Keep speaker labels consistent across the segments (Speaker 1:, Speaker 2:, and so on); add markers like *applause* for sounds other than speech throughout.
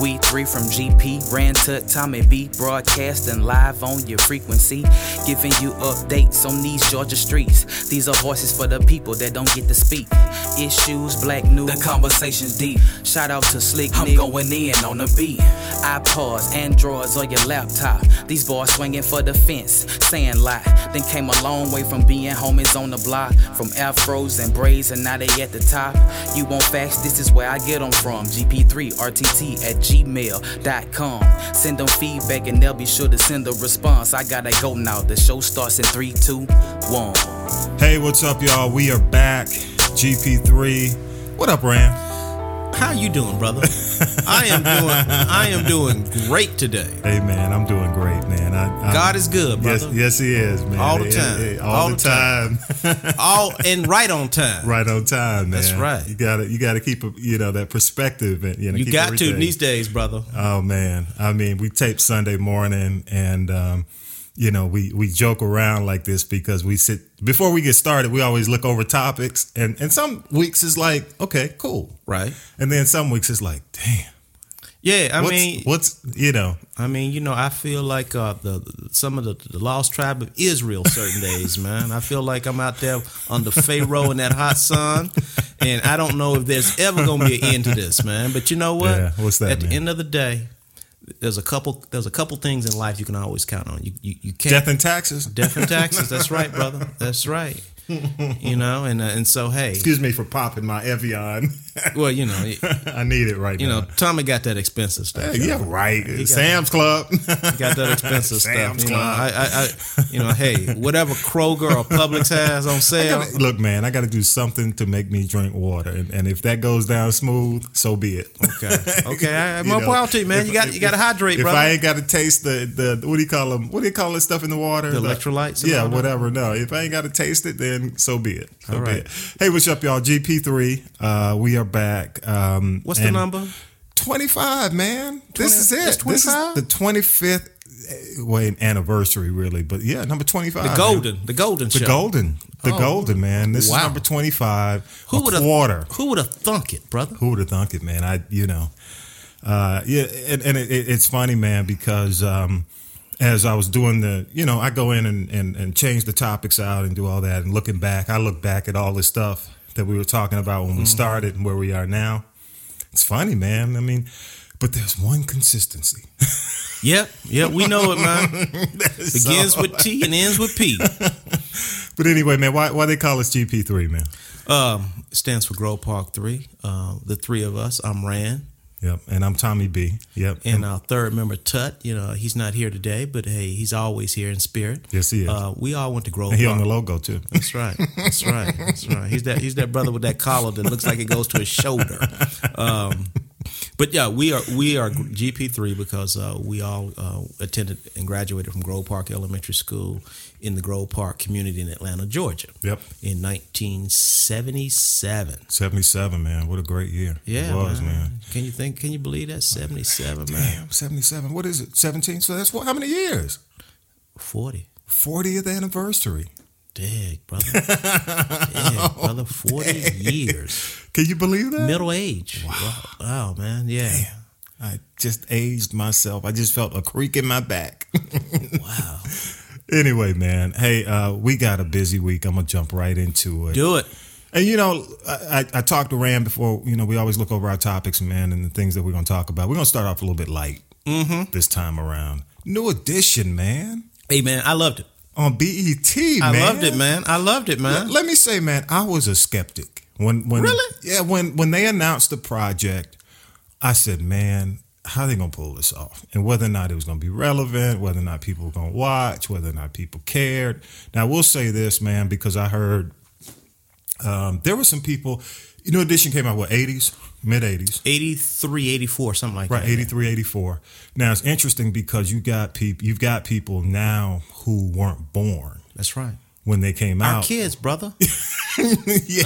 Speaker 1: We three from GP, ran to Tommy B, broadcasting live on your frequency, giving you updates on these Georgia streets. These are voices for the people that don't get to speak. Issues, black news, the conversation's deep. Shout out to Slick, I'm going in on the beat. iPods, Androids, or your laptop. These boys swinging for the fence, saying lie. Then came a long way from being homies on the block, from afros and braids, and now they at the top. You want facts? This is where I get them from. GP3RTT at gmail.com. Send them feedback and they'll be sure to send a response. I gotta go now. The show starts in three, two, one.
Speaker 2: Hey, what's up, y'all? We are back. GP3. What up, Ram?
Speaker 3: How you doing, brother? I am doing I am doing great today.
Speaker 2: Hey, man, I'm doing great, man. I, I,
Speaker 3: God is good,
Speaker 2: yes,
Speaker 3: brother.
Speaker 2: yes, he is, man.
Speaker 3: All the
Speaker 2: Hey,
Speaker 3: time.
Speaker 2: hey, all,
Speaker 3: All
Speaker 2: the
Speaker 3: the
Speaker 2: time. *laughs*
Speaker 3: All and right on time.
Speaker 2: right on time, man.
Speaker 3: That's right.
Speaker 2: You gotta, you gotta keep, a, you know, that perspective, and you know,
Speaker 3: You
Speaker 2: keep
Speaker 3: got to
Speaker 2: everything-
Speaker 3: these days, brother.
Speaker 2: Oh man, I mean, we tape Sunday morning, and um, you know, we we joke around like this because we sit before we get started. We always look over topics, and and some weeks it's like, okay, cool,
Speaker 3: Right.
Speaker 2: and then some weeks it's like, damn,
Speaker 3: Yeah, I
Speaker 2: what's,
Speaker 3: mean
Speaker 2: what's you know,
Speaker 3: I mean, you know, I feel like uh, the some of the, the lost tribe of Israel
Speaker 2: *laughs*
Speaker 3: certain days, man. I feel like I'm out there under Pharaoh in that hot sun, and I don't know if there's ever gonna be an end to this, man. But you know what?
Speaker 2: Yeah, what's that,
Speaker 3: At
Speaker 2: man?
Speaker 3: the end of the day, there's a couple there's a couple things in life you can always count on. You you, you can't
Speaker 2: death and taxes.
Speaker 3: death and taxes. That's right, brother. That's right. You know, and uh, and so hey,
Speaker 2: Excuse me for popping my Evian. *laughs*
Speaker 3: well, you know, y-
Speaker 2: I need it right
Speaker 3: you
Speaker 2: now.
Speaker 3: know, Tommy got that expensive stuff.
Speaker 2: yeah, right. Sam's Club. *laughs*
Speaker 3: got that expensive stuff.
Speaker 2: Sam's
Speaker 3: You know,
Speaker 2: Club.
Speaker 3: I, I, I, you know, hey, whatever Kroger or Publix has
Speaker 2: *laughs*
Speaker 3: on sale,
Speaker 2: Gotta- Look, man, I got to do something to make me drink water, and, and if that goes down smooth, so be it.
Speaker 3: okay, okay, I,
Speaker 2: *laughs* You
Speaker 3: more
Speaker 2: know,
Speaker 3: power to you, man.
Speaker 2: if-
Speaker 3: you got,
Speaker 2: if-
Speaker 3: you got to hydrate,
Speaker 2: if
Speaker 3: brother.
Speaker 2: I ain't got to taste the the what do you call them? What do you call this stuff in the water?
Speaker 3: The electrolytes and
Speaker 2: Yeah,
Speaker 3: all that?
Speaker 2: whatever. No, if I ain't got to taste it, then so be it. So
Speaker 3: All
Speaker 2: be
Speaker 3: right.
Speaker 2: it. Hey, what's up, y'all? GP three. Uh, we are back. Um,
Speaker 3: What's the
Speaker 2: and
Speaker 3: number?
Speaker 2: 25, man.
Speaker 3: Twenty-
Speaker 2: this is
Speaker 3: it's
Speaker 2: it. This is
Speaker 3: 25?
Speaker 2: the 25th eh, well, an anniversary, really. But yeah, number 25.
Speaker 3: The
Speaker 2: man.
Speaker 3: golden, the golden,
Speaker 2: The
Speaker 3: show.
Speaker 2: golden. The
Speaker 3: Oh.
Speaker 2: golden, man. This is
Speaker 3: Wow.
Speaker 2: number 25.
Speaker 3: Who would
Speaker 2: a
Speaker 3: have
Speaker 2: quarter.
Speaker 3: Who would have thunk it, brother?
Speaker 2: Who would have thunk it, man? I, you know. Uh, yeah, and, and it, it- it's funny, man, because um, as I was doing the, you know, I go in and, and, and change the topics out and do all that. And looking back, I look back at all this stuff that we were talking about
Speaker 3: Mm-hmm.
Speaker 2: when we started and where we are now. It's funny, man. I mean, but there's one consistency.
Speaker 3: Yep, yep, we know it, man.
Speaker 2: *laughs*
Speaker 3: Begins
Speaker 2: So-
Speaker 3: with T and ends with P.
Speaker 2: but anyway, man, why why they call us GP three, man?
Speaker 3: Um, it stands for Grow Park Three. Uh, the three of us. I'm Rand.
Speaker 2: Yep, and I'm Tommy B. Yep,
Speaker 3: And our third member, Tut, you know, he's not here today, but hey, he's always here in spirit.
Speaker 2: Yes, he is.
Speaker 3: Uh, we all went to Grove
Speaker 2: and he on
Speaker 3: Park.
Speaker 2: the logo too.
Speaker 3: That's right. That's right. That's right. He's that. He's that brother with that collar that looks like it goes to his shoulder. Um, but yeah, we are we are GP three because uh, we all uh, attended and graduated from Grove Park Elementary School in the Grove Park community in Atlanta, Georgia.
Speaker 2: Yep.
Speaker 3: In 1977.
Speaker 2: Seventy seven, man. What a great year.
Speaker 3: Yeah,
Speaker 2: it was, man.
Speaker 3: Can you think? Can you believe that? 77, man.
Speaker 2: Damn, seventy seven. What is it? Seventeen. So that's what? How many years?
Speaker 3: 40.
Speaker 2: Fortieth anniversary.
Speaker 3: Dang, *laughs* brother. Dang, brother. 40 years.
Speaker 2: Can you believe that?
Speaker 3: Middle age. Wow. Wow, man. Yeah.
Speaker 2: I just aged myself. I just felt a creak in my back. *laughs*
Speaker 3: Wow.
Speaker 2: anyway, man. Hey, uh, we got a busy week. I'm gonna jump right into it.
Speaker 3: Do it.
Speaker 2: And you know, I, I I talked to Ram before. You know, we always look over our topics, man, and the things that we're going to talk about. We're going to start off a little bit light
Speaker 3: Mm-hmm.
Speaker 2: this time around. New edition, man,
Speaker 3: Hey, man. I loved it.
Speaker 2: on BET.
Speaker 3: I
Speaker 2: man.
Speaker 3: loved it, man. I loved it, man.
Speaker 2: Let me say, man, I was a skeptic when when
Speaker 3: Really?
Speaker 2: yeah when when they announced the project. I said, man, how they gonna pull this off? And whether or not it was gonna be relevant, whether or not people were gonna watch, whether or not people cared. Now, I will say this, man, because I heard um, there were some people. You know, Edition came out what eighties, mid eighties.
Speaker 3: 83, 84, something like
Speaker 2: Right,
Speaker 3: that.
Speaker 2: 83, 84. Now it's interesting because you got people you've got people now who weren't born
Speaker 3: That's right.
Speaker 2: when they came
Speaker 3: Our
Speaker 2: out.
Speaker 3: kids, *laughs* brother. I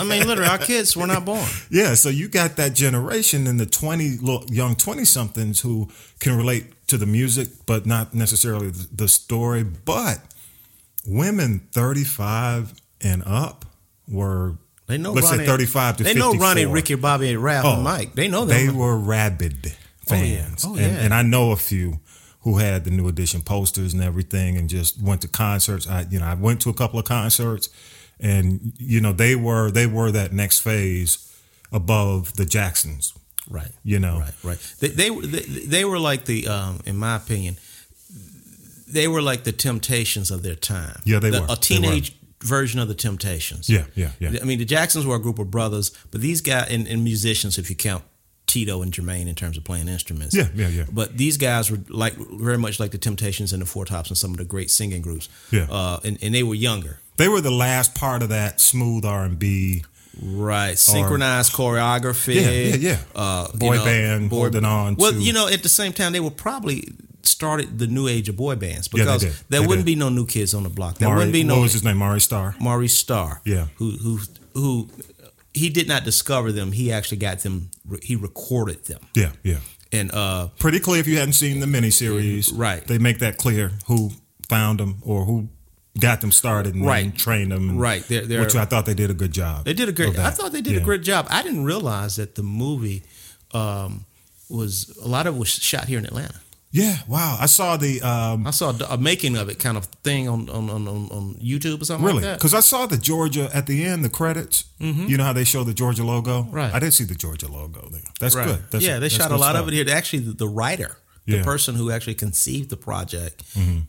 Speaker 3: mean, literally, our kids were not born.
Speaker 2: Yeah, so you got that generation in the twenty lo- young twenty somethings who can relate to the music, but not necessarily th- the story. But women thirty five and up were
Speaker 3: They know
Speaker 2: let's
Speaker 3: Ronnie.
Speaker 2: say thirty five to
Speaker 3: They know
Speaker 2: 54.
Speaker 3: Ronnie, Ricky, Bobby, and Ralph,
Speaker 2: Oh,
Speaker 3: and Mike. They know them.
Speaker 2: They were rabid.
Speaker 3: Oh, yeah.
Speaker 2: fans.
Speaker 3: Oh,
Speaker 2: and,
Speaker 3: yeah.
Speaker 2: and I know a few who had the new edition posters and everything and just went to concerts. I you know, I went to a couple of concerts and you know, they were they were that next phase above the Jacksons.
Speaker 3: Right.
Speaker 2: You know.
Speaker 3: Right. Right. They they were- they, they were like the um, in my opinion, they were like the Temptations of their time.
Speaker 2: Yeah, they
Speaker 3: The-
Speaker 2: were. They
Speaker 3: a
Speaker 2: were.
Speaker 3: teenage version of the Temptations.
Speaker 2: Yeah, yeah, yeah.
Speaker 3: I mean, the Jacksons were a group of brothers, but these guys and, and musicians, if you count Tito and Jermaine in terms of playing instruments.
Speaker 2: Yeah, yeah, yeah.
Speaker 3: But these guys were like very much like the Temptations and the Four Tops and some of the great singing groups.
Speaker 2: Yeah.
Speaker 3: Uh, and, and they were younger.
Speaker 2: They were the last part of that smooth R and B.
Speaker 3: Right, synchronized choreography.
Speaker 2: Yeah, yeah, yeah.
Speaker 3: Uh, you
Speaker 2: Boy
Speaker 3: know,
Speaker 2: band, holding on
Speaker 3: Well,
Speaker 2: to-
Speaker 3: you know, at the same time, they were probably started the new age of boy bands
Speaker 2: Yeah, they
Speaker 3: because
Speaker 2: did.
Speaker 3: there
Speaker 2: They
Speaker 3: wouldn't
Speaker 2: did.
Speaker 3: be no new kids on the block. There
Speaker 2: Mari,
Speaker 3: wouldn't be no
Speaker 2: what was his name? Mari Star.
Speaker 3: Maurice Starr.
Speaker 2: Yeah.
Speaker 3: who who who he did not discover them. He actually got them. He recorded them,
Speaker 2: Yeah, yeah.
Speaker 3: and uh,
Speaker 2: Pretty clear if you hadn't seen the miniseries.
Speaker 3: Mm-hmm. Right.
Speaker 2: They make that clear who found them or who got them started and then
Speaker 3: Right.
Speaker 2: trained them. and-
Speaker 3: Right, they're- they're-
Speaker 2: which I thought they did a good job.
Speaker 3: They did a
Speaker 2: of
Speaker 3: great.
Speaker 2: that.
Speaker 3: I thought they did
Speaker 2: Yeah.
Speaker 3: a great job. I didn't realize that the movie um, was a lot of it was shot here in Atlanta.
Speaker 2: Yeah, wow. I saw the um
Speaker 3: I saw a, a making of it kind of thing on on, on, on on YouTube or something
Speaker 2: really
Speaker 3: like that. Mm-hmm.
Speaker 2: because I saw the Georgia at the end, the credits. You know how they show the Georgia logo?
Speaker 3: Right.
Speaker 2: I did see the Georgia logo there. That's
Speaker 3: Right.
Speaker 2: good. That's,
Speaker 3: yeah, they
Speaker 2: that's
Speaker 3: shot a
Speaker 2: good
Speaker 3: lot
Speaker 2: stuff.
Speaker 3: of it here. Actually, the, the writer,
Speaker 2: Yeah. Mm-hmm.
Speaker 3: the person who actually conceived the project,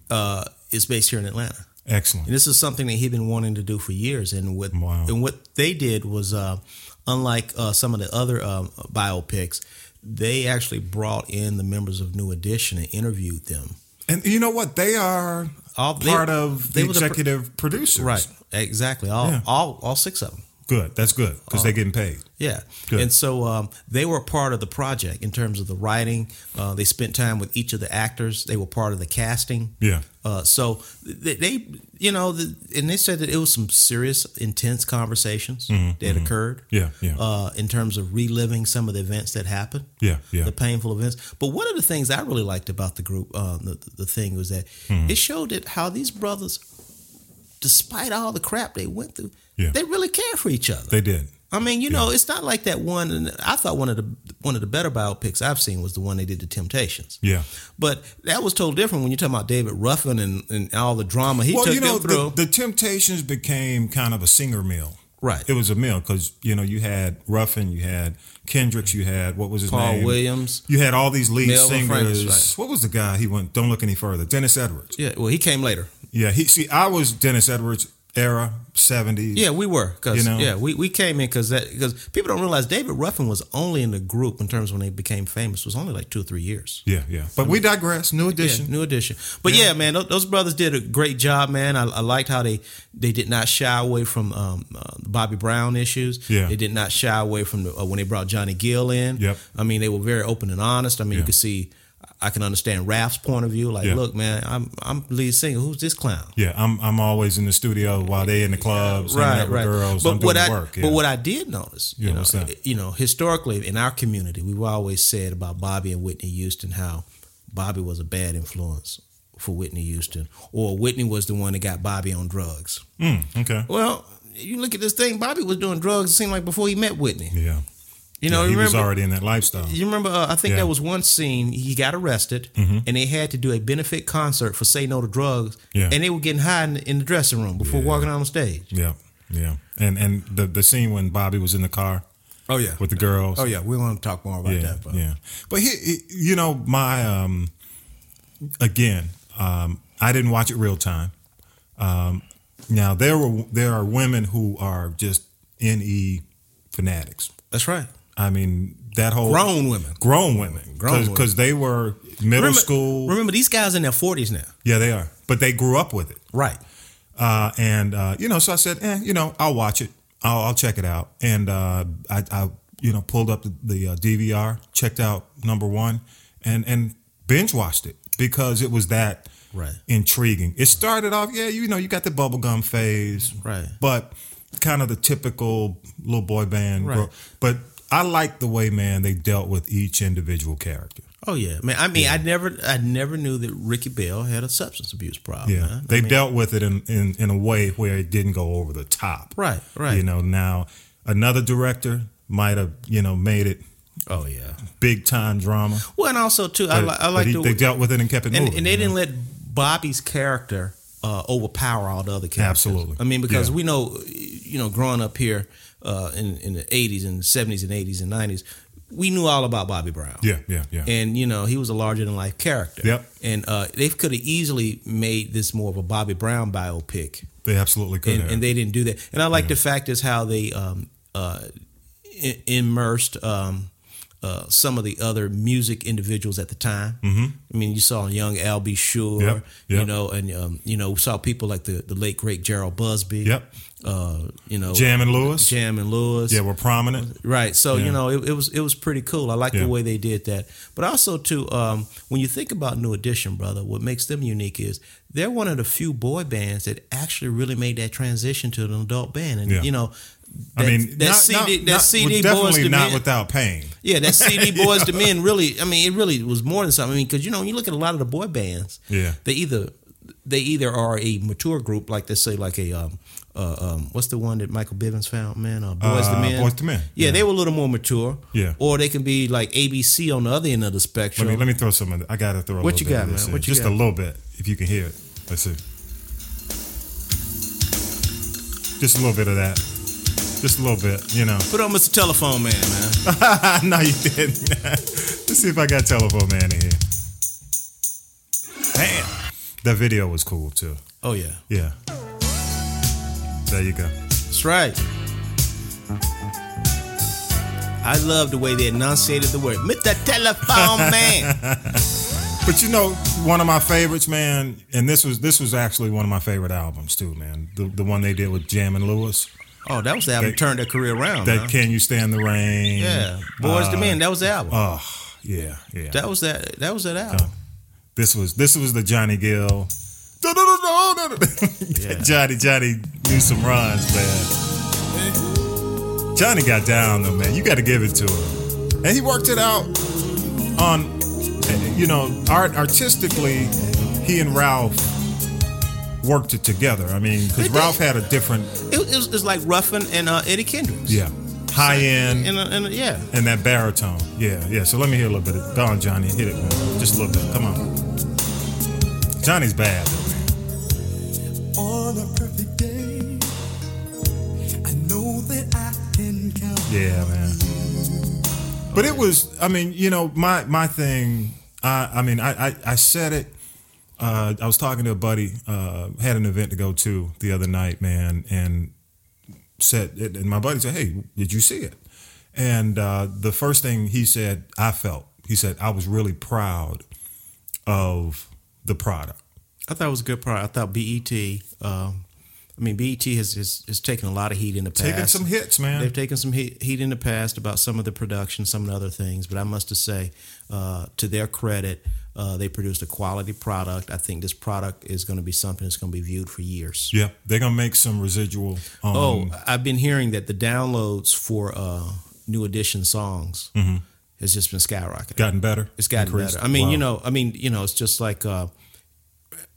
Speaker 3: uh, is based here in Atlanta.
Speaker 2: Excellent.
Speaker 3: And this is something that he'd been wanting to do for years. And what
Speaker 2: Wow.
Speaker 3: and what they did was, uh, unlike uh, some of the other um, biopics, they actually brought in the members of New Edition and interviewed them.
Speaker 2: And you know what? They are
Speaker 3: All- they-
Speaker 2: part of the
Speaker 3: they were the pr-
Speaker 2: executive producers.
Speaker 3: Right. Exactly. All
Speaker 2: Yeah.
Speaker 3: all all six of them.
Speaker 2: Good. That's good because
Speaker 3: Uh,
Speaker 2: they're getting paid.
Speaker 3: Yeah,
Speaker 2: Good.
Speaker 3: and so um, they were a part of the project in terms of the writing. Uh, they spent time with each of the actors. They were part of the casting.
Speaker 2: Yeah.
Speaker 3: Uh, so th- they, you know, the, and they said that it was some serious, intense conversations that occurred.
Speaker 2: Mm-hmm. Yeah, yeah.
Speaker 3: Uh, in terms of reliving some of the events that happened.
Speaker 2: Yeah, yeah.
Speaker 3: The painful events. But one of the things I really liked about the group, uh, the, the thing was that
Speaker 2: Mm-hmm.
Speaker 3: it showed that how these brothers, despite all the crap they went through,
Speaker 2: Yeah.
Speaker 3: they really cared for each other.
Speaker 2: They did.
Speaker 3: I mean, you know, it's not like that one. And I thought one of the one of the better biopics I've seen was the one they did, The Temptations.
Speaker 2: Yeah.
Speaker 3: But that was totally different when you're talking about David Ruffin and, and all the drama he
Speaker 2: well,
Speaker 3: took
Speaker 2: you know,
Speaker 3: them through.
Speaker 2: the, the Temptations became kind of a singer meal.
Speaker 3: Right.
Speaker 2: It was a meal because you know you had Ruffin, you had Kendricks, you had what was his
Speaker 3: Paul
Speaker 2: name?
Speaker 3: Williams.
Speaker 2: You had all these lead
Speaker 3: Melvin Frank,
Speaker 2: singers.
Speaker 3: right.
Speaker 2: What was the guy? He went. Don't look any further. Dennis Edwards.
Speaker 3: yeah. Well, he came later.
Speaker 2: Yeah. He. See, I was Dennis Edwards era seventies.
Speaker 3: Yeah, we were because
Speaker 2: You know?
Speaker 3: yeah, we, we came in because that because people don't realize David Ruffin was only in the group in terms of when they became famous was only like two or three years.
Speaker 2: Yeah. Yeah. But we digress. New edition.
Speaker 3: Yeah, new edition. But yeah, man, tho- those brothers did a great job, man. I, I liked how they they did not shy away from um, uh, the Bobby Brown issues.
Speaker 2: Yeah.
Speaker 3: they did not shy away from the, uh, when they brought Johnny Gill in.
Speaker 2: Yep.
Speaker 3: I mean, they were very open and honest. I mean,
Speaker 2: Yeah.
Speaker 3: you could see. I can understand Raph's point of view. Like,
Speaker 2: Yeah.
Speaker 3: look, man, I'm I'm lead singer. Who's this clown?
Speaker 2: Yeah. I'm. I'm always in the studio while they in the clubs. hanging out with Girls.
Speaker 3: But
Speaker 2: I'm
Speaker 3: what
Speaker 2: doing
Speaker 3: I
Speaker 2: work. yeah.
Speaker 3: but what I did notice,
Speaker 2: Yeah,
Speaker 3: you know, uh,
Speaker 2: what's that?
Speaker 3: you know, historically in our community, we've always said about Bobby and Whitney Houston how Bobby was a bad influence for Whitney Houston, or Whitney was the one that got Bobby on drugs.
Speaker 2: Mm, okay.
Speaker 3: Well, you look at this thing, Bobby was doing drugs. It seemed like before he met Whitney.
Speaker 2: Yeah.
Speaker 3: You know,
Speaker 2: yeah, he
Speaker 3: remember.
Speaker 2: was already in that lifestyle.
Speaker 3: you remember? Uh, I think
Speaker 2: Yeah. Mm-hmm.
Speaker 3: there was one scene he got arrested, and they had to do a benefit concert for "Say No to Drugs,"
Speaker 2: Yeah.
Speaker 3: and they were getting high in, in the dressing room before
Speaker 2: Yeah.
Speaker 3: walking on stage.
Speaker 2: Yeah, yeah, and and the the scene when Bobby was in the car
Speaker 3: Oh yeah,
Speaker 2: with the girls.
Speaker 3: Oh yeah, we want to talk more about
Speaker 2: yeah,
Speaker 3: that. But.
Speaker 2: yeah. But he, he- you know, my um, again, um, I didn't watch it real time. Um, now there were there are women who are just ne fanatics.
Speaker 3: that's right.
Speaker 2: I mean that whole
Speaker 3: Grown women.
Speaker 2: grown women,
Speaker 3: Grown women.
Speaker 2: because they were middle
Speaker 3: remember,
Speaker 2: school.
Speaker 3: Remember, these guys in their forties now.
Speaker 2: Yeah, they are, but they grew up with it.
Speaker 3: Right.
Speaker 2: Uh, and uh, you know, so I said, eh, you know, I'll watch it. I'll, I'll check it out. And uh, I, I, you know, pulled up the, the uh, DVR, checked out number one, and and binge watched it because it was that
Speaker 3: Right.
Speaker 2: intriguing. It started off, yeah, you know, you got the bubblegum phase,
Speaker 3: Right.
Speaker 2: But kind of the typical little boy band,
Speaker 3: Right.
Speaker 2: gro- but. I like the way, man, they dealt with each individual character.
Speaker 3: Oh yeah, man. I mean, I never, I never knew that Ricky Bell had a substance abuse problem.
Speaker 2: Yeah,
Speaker 3: man.
Speaker 2: they dealt with it in, in in a way where it didn't go over the top.
Speaker 3: Right, right.
Speaker 2: You know, now another director might have you know made it
Speaker 3: Oh yeah.
Speaker 2: big time drama.
Speaker 3: Well, and also too, I,
Speaker 2: But,
Speaker 3: li- I
Speaker 2: but
Speaker 3: like
Speaker 2: he-
Speaker 3: the
Speaker 2: they dealt with it and kept it
Speaker 3: and,
Speaker 2: moving.
Speaker 3: and they
Speaker 2: you know?
Speaker 3: didn't let Bobby's character uh, overpower all the other characters.
Speaker 2: Absolutely.
Speaker 3: I mean, because
Speaker 2: Yeah.
Speaker 3: we know, you know, growing up here uh, in in the eighties and seventies and eighties and nineties, we knew all about Bobby Brown.
Speaker 2: Yeah, yeah, yeah.
Speaker 3: And you know, he was a larger than life character.
Speaker 2: Yep.
Speaker 3: And uh, they could have easily made this more of a Bobby Brown biopic
Speaker 2: they absolutely could.
Speaker 3: and,
Speaker 2: have.
Speaker 3: and they didn't do that. And I like
Speaker 2: Yeah.
Speaker 3: the fact is how they um, uh, i- immersed um, uh, some of the other music individuals at the time. Mm-hmm. I mean, you saw young Al B. Sure,
Speaker 2: Yep, yep.
Speaker 3: you know, and um, you know, we saw people like the the late great Gerald Busby.
Speaker 2: Yep.
Speaker 3: Uh, you know,
Speaker 2: Jam and Lewis.
Speaker 3: Jam and Lewis.
Speaker 2: yeah, were prominent.
Speaker 3: Right. So,
Speaker 2: Yeah.
Speaker 3: you know, it, it was it was pretty cool. I like
Speaker 2: Yeah.
Speaker 3: the way they did that. But also too, um, when you think about New Edition, brother, what makes them unique is they're one of the few boy bands that actually really made that transition to an adult band. And
Speaker 2: Yeah.
Speaker 3: you know,
Speaker 2: I
Speaker 3: that-
Speaker 2: mean,
Speaker 3: that
Speaker 2: not,
Speaker 3: CD
Speaker 2: not,
Speaker 3: that
Speaker 2: not-
Speaker 3: CD boys
Speaker 2: definitely
Speaker 3: to
Speaker 2: not
Speaker 3: men.
Speaker 2: without pain.
Speaker 3: Yeah, that CD
Speaker 2: *laughs*
Speaker 3: Boys to Men really, I mean, it really was more than something. I mean, because you know, when you look at a lot of the boy bands,
Speaker 2: Yeah.
Speaker 3: they either they either are a mature group, like they say, like a um, uh, um, what's the one that Michael Bivins found, man, uh, Boys to
Speaker 2: Uh,
Speaker 3: Men.
Speaker 2: Boyz II Men,
Speaker 3: Yeah,
Speaker 2: yeah.
Speaker 3: they were a little more mature.
Speaker 2: Yeah.
Speaker 3: or they can be like ABC on the other end of the
Speaker 2: Let
Speaker 3: spectrum.
Speaker 2: me let me throw some. Of the, I gotta throw. A
Speaker 3: What
Speaker 2: little
Speaker 3: you
Speaker 2: bit of
Speaker 3: got,
Speaker 2: this
Speaker 3: man?
Speaker 2: in.
Speaker 3: What you
Speaker 2: Just
Speaker 3: got?
Speaker 2: a little bit, if you can hear it. Let's see. Just a little bit of that. Just a little bit, you
Speaker 3: *laughs*
Speaker 2: know.
Speaker 3: Put on Mr. Telephone Man, man.
Speaker 2: no, you didn't. *laughs* Let's see if I got telephone man in here. Damn, that video was cool too.
Speaker 3: Oh yeah,
Speaker 2: Yeah. There you go.
Speaker 3: that's right. I love the way they enunciated the word Mr. Telephone
Speaker 2: *laughs*
Speaker 3: Man.
Speaker 2: But you know, one of my favorites, man, and this was this was actually one of my favorite albums too, man. The the one they did with Jam and Lewis.
Speaker 3: Oh, that was the album
Speaker 2: That-
Speaker 3: turned their career around.
Speaker 2: That
Speaker 3: huh?
Speaker 2: Can You Stand the Rain?
Speaker 3: Yeah, Boys to
Speaker 2: Uh,
Speaker 3: Men. That was the album.
Speaker 2: Oh, yeah, yeah.
Speaker 3: that was that. That was that album.
Speaker 2: this was this was the Johnny Gill. *laughs*
Speaker 3: Yeah.
Speaker 2: Johnny Johnny knew some runs, man. Johnny got down though, man. You got to give it to him, and he worked it out on, you know, art artistically. He and Ralph worked it together. I mean, because Ralph had a different,
Speaker 3: It, it, was, it was like Ruffin and uh, Eddie Kendricks.
Speaker 2: yeah, high end
Speaker 3: And, uh, and uh, yeah,
Speaker 2: and that baritone. Yeah, yeah. So let me hear a little bit. of Go on, Johnny. Hit it, man. Just a little bit. Come on. Johnny's bad.
Speaker 4: on a perfect day. I know that I can count.
Speaker 2: Yeah, man. But it was. I mean, you know, my my thing. I I mean, I I, I said it. Uh, I was talking to a buddy. Uh, had an event to go to the other night, man, and said, and my buddy said, "Hey, did you see it?" And uh, the first thing he said, I felt. He said, "I was really proud of the product."
Speaker 3: I thought it was a good product. I thought BET. Um, I mean, BET has, has has taken a lot of heat in the past.
Speaker 2: Taking some hits, man.
Speaker 3: They've taken some heat, heat in the past about some of the production, some of the other things, but I must just say, uh, to their credit, uh, they produced a quality product. I think this product is going to be something that's going to be viewed for years.
Speaker 2: yeah, they're gonna make some residual. Um,
Speaker 3: Oh, I've been hearing that the downloads for uh, new edition songs has just been skyrocketing.
Speaker 2: gotten better.
Speaker 3: it's gotten
Speaker 2: Mm-hmm. Increased?
Speaker 3: better. I mean, you
Speaker 2: Wow.
Speaker 3: know, I mean, you know, it's just like uh,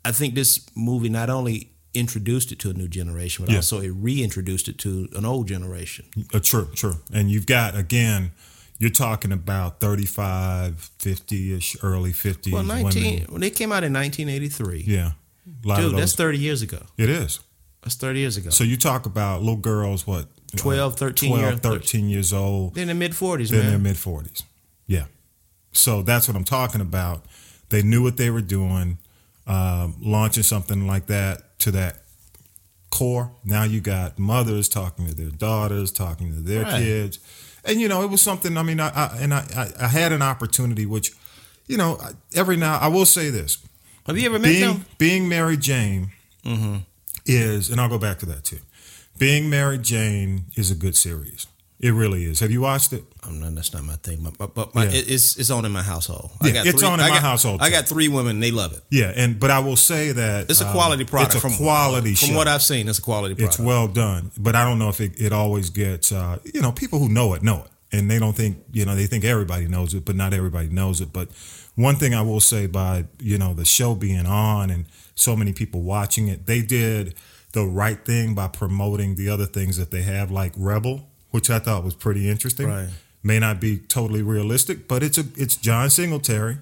Speaker 3: I think this movie not only introduced it to a new generation, but
Speaker 2: Yeah.
Speaker 3: also it reintroduced it to an old generation.
Speaker 2: Uh, true, true. And you've got, again, you're talking about 35, 50 ish, early 50s.
Speaker 3: Well, nineteen
Speaker 2: Women.
Speaker 3: when they came out in nineteen eighty three.
Speaker 2: Yeah. A lot of
Speaker 3: Dude,
Speaker 2: those-
Speaker 3: that's 30 years ago.
Speaker 2: it is.
Speaker 3: That's 30 years ago.
Speaker 2: So you talk about little girls, what?
Speaker 3: 12, 13 year-
Speaker 2: 12, 13 years old.
Speaker 3: They're in the mid 40s,
Speaker 2: They're in their
Speaker 3: man.
Speaker 2: mid 40s. Yeah. So that's what I'm talking about. They knew what they were doing. Um, launching something like that to that core. Now you got mothers talking to their daughters, talking to their
Speaker 3: Right.
Speaker 2: kids. And, you know, it was something, I mean, I, I and I, I, I had an opportunity, which, you know, I- every now, I will say this
Speaker 3: Have you ever met
Speaker 2: being,
Speaker 3: them?
Speaker 2: being Mary Jane is, and I'll go back to that too. Being Mary Jane is a good series. It really is. Have you watched it?
Speaker 3: I'm not, that's not my thing. But, but, but my,
Speaker 2: Yeah.
Speaker 3: it- it's it's on in my household. I
Speaker 2: Yeah,
Speaker 3: got
Speaker 2: it's
Speaker 3: three,
Speaker 2: on in
Speaker 3: I
Speaker 2: my
Speaker 3: got-
Speaker 2: household,
Speaker 3: I
Speaker 2: too.
Speaker 3: got three women. and They love it.
Speaker 2: Yeah, and but I will say that
Speaker 3: It's a
Speaker 2: um,
Speaker 3: quality product.
Speaker 2: It's a
Speaker 3: from,
Speaker 2: quality
Speaker 3: From
Speaker 2: show.
Speaker 3: what I've seen, it's a quality product.
Speaker 2: it's well done, but I don't know if it, it always gets. Uh, you know, people who know it know it, and they don't think you know they think everybody knows it, but not everybody knows it. But one thing I will say by you know the show being on and so many people watching it, they did the right thing by promoting the other things that they have, like Rebel, which I thought was pretty interesting.
Speaker 3: Right.
Speaker 2: may not be totally realistic, but it's a it's John Singletary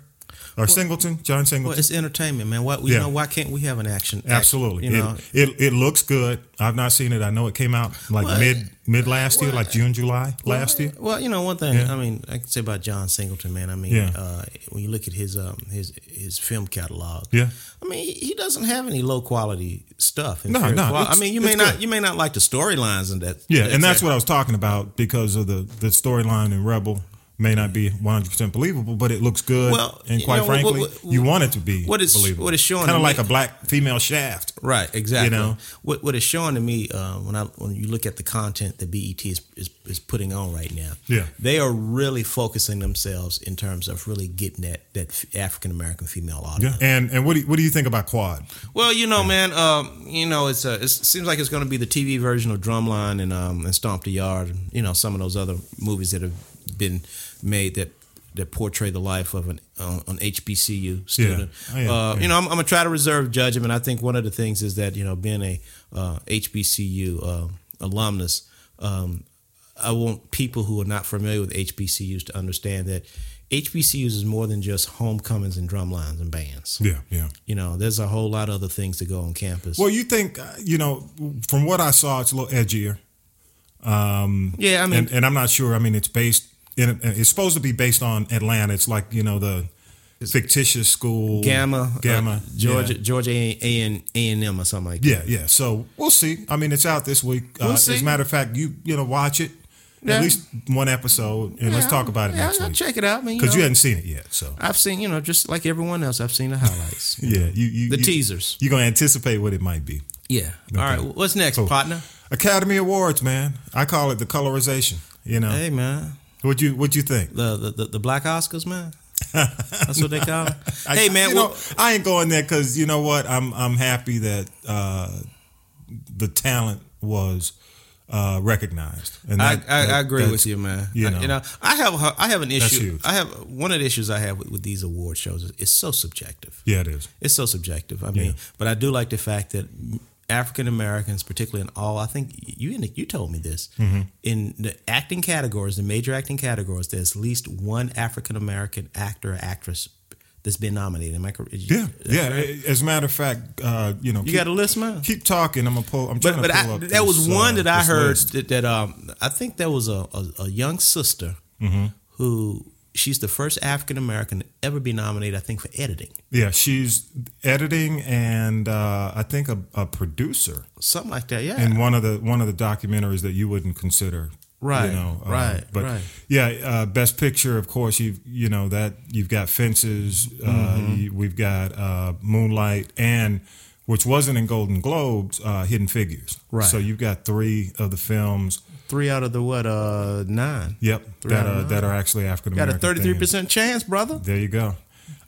Speaker 2: or Singleton, John Singleton.
Speaker 3: Well, it's entertainment, man. Why, you
Speaker 2: Yeah.
Speaker 3: know, why can't we have an action? act-
Speaker 2: Absolutely,
Speaker 3: you know,
Speaker 2: it, it it looks good. I've not seen it. I know it came out like
Speaker 3: Well,
Speaker 2: mid mid last year, like June, July last year.
Speaker 3: Well, you know, one thing
Speaker 2: Yeah.
Speaker 3: I mean, I can say about John Singleton, man. I mean,
Speaker 2: Yeah.
Speaker 3: uh, when you look at his um, his his film catalog,
Speaker 2: Yeah.
Speaker 3: I mean, he- he doesn't have any low quality stuff. in
Speaker 2: No,
Speaker 3: fair
Speaker 2: no,
Speaker 3: quali- I
Speaker 2: it's-
Speaker 3: mean, you may
Speaker 2: it's
Speaker 3: not
Speaker 2: good.
Speaker 3: you may not like the storylines and that.
Speaker 2: Yeah, and that's
Speaker 3: that-
Speaker 2: what I was talking about because of the the storyline in Rebel may not be 100 percent believable, but it looks good.
Speaker 3: Well,
Speaker 2: and
Speaker 3: you
Speaker 2: quite
Speaker 3: know, what-
Speaker 2: frankly,
Speaker 3: what- what-
Speaker 2: you want it to be
Speaker 3: what it's-
Speaker 2: believable.
Speaker 3: what it's showing
Speaker 2: kind
Speaker 3: to
Speaker 2: of like
Speaker 3: me-
Speaker 2: a black female Shaft.
Speaker 3: Right, exactly.
Speaker 2: know?
Speaker 3: what what it's showing to me uh, when I when you look at the content that BET is, is is putting on right now,
Speaker 2: Yeah.
Speaker 3: they are really focusing themselves in terms of really getting that that African American female audience.
Speaker 2: Yeah, and and what do you, what do you think about Quad?
Speaker 3: Well, you know, man, um, you know, it's a, it seems like it's going to be the TV version of Drumline and um, and Stomp the Yard, and you know, some of those other movies that have been made that that portray the life of an uh, an HBCU student.
Speaker 2: Oh, yeah,
Speaker 3: uh,
Speaker 2: yeah.
Speaker 3: You know, I'm, I'm gonna try to reserve judgment. I think one of the things is that you know, being a uh, HBCU uh, alumnus, um, I want people who are not familiar with HBCUs to understand that. HBCUs is more than just homecomings and drumlines and bands
Speaker 2: Yeah, yeah.
Speaker 3: you know, there's a whole lot of other things to go on campus.
Speaker 2: Well, you think uh, you know from what I saw, it's a little edgier.
Speaker 3: yeah, I mean,
Speaker 2: and, and I'm not sure. I mean, it's based. In, uh, it's supposed to be based on Atlanta. It's like you know the fictitious school
Speaker 3: Gamma,
Speaker 2: Gamma,
Speaker 3: uh,
Speaker 2: yeah.
Speaker 3: Georgia, Georgia A and A and M or something like that.
Speaker 2: Yeah, yeah. So we'll see. I mean, it's out this week.
Speaker 3: We'll
Speaker 2: uh, As
Speaker 3: see.
Speaker 2: a matter of fact, you you know watch it
Speaker 3: Yeah.
Speaker 2: at least one episode, and let's talk about it next
Speaker 3: I'll
Speaker 2: week
Speaker 3: check it out, man.
Speaker 2: because you,
Speaker 3: know,
Speaker 2: hadn't seen it yet. So
Speaker 3: I've seen, you know, just like everyone else, I've seen
Speaker 2: *laughs*
Speaker 3: the highlights.
Speaker 2: yeah, you, you
Speaker 3: The
Speaker 2: you-
Speaker 3: teasers.
Speaker 2: You're gonna anticipate what it might be.
Speaker 3: yeah. All right. well, What's next,
Speaker 2: Cool. *laughs*
Speaker 3: partner?
Speaker 2: Academy Awards, man. I call it the colorization. You know
Speaker 3: Hey, man.
Speaker 2: what you what you think?
Speaker 3: The, the the the Black Oscars, man. That's what they call it.
Speaker 2: *laughs* I-
Speaker 3: hey, man.
Speaker 2: you
Speaker 3: well-
Speaker 2: know, I ain't going there because you know what? I'm I'm happy that uh, the talent was uh, recognized. And
Speaker 3: I,
Speaker 2: that-
Speaker 3: I, I
Speaker 2: that-
Speaker 3: agree with
Speaker 2: that's-
Speaker 3: you, man.
Speaker 2: you
Speaker 3: I-
Speaker 2: know.
Speaker 3: I have a- I have an issue.
Speaker 2: huge.
Speaker 3: I have one of the issues I have with, with these award shows is it's so subjective.
Speaker 2: Yeah, it is.
Speaker 3: It's so subjective. I mean,
Speaker 2: Yeah.
Speaker 3: but I do like the fact that African Americans, particularly in all, I think you you told me this in the acting categories, the major acting categories. There's at least one African American actor or actress that's been nominated. Am I correct?
Speaker 2: Yeah, yeah. As a matter of fact, uh, you know,
Speaker 3: You
Speaker 2: keep,
Speaker 3: got a list, man.
Speaker 2: keep talking. I'm gonna pull. I'm
Speaker 3: But
Speaker 2: trying
Speaker 3: but
Speaker 2: to pull
Speaker 3: I,
Speaker 2: up.
Speaker 3: that was
Speaker 2: this,
Speaker 3: one
Speaker 2: uh,
Speaker 3: that I
Speaker 2: this
Speaker 3: heard
Speaker 2: list.
Speaker 3: that, that um I think that was a a, a young sister who she's the first African American to ever be nominated. I think for editing,
Speaker 2: Yeah, she's editing and uh, I think a, a producer
Speaker 3: something like that. Yeah,
Speaker 2: in one of the one of the documentaries that you wouldn't consider.
Speaker 3: Right,
Speaker 2: You know, uh,
Speaker 3: right,
Speaker 2: But
Speaker 3: right.
Speaker 2: yeah, uh, best picture, of course. You you know that you've got fences. Uh,
Speaker 3: Mm-hmm.
Speaker 2: you, we've got uh, Moonlight and. Which wasn't in Golden Globes, uh, Hidden Figures.
Speaker 3: Right.
Speaker 2: So you've got three of the films.
Speaker 3: three out of the what uh nine.
Speaker 2: Yep.
Speaker 3: Three
Speaker 2: that
Speaker 3: out of
Speaker 2: are,
Speaker 3: nine.
Speaker 2: that are actually African
Speaker 3: Got a
Speaker 2: American.
Speaker 3: thirty three percent chance, brother.
Speaker 2: There you go.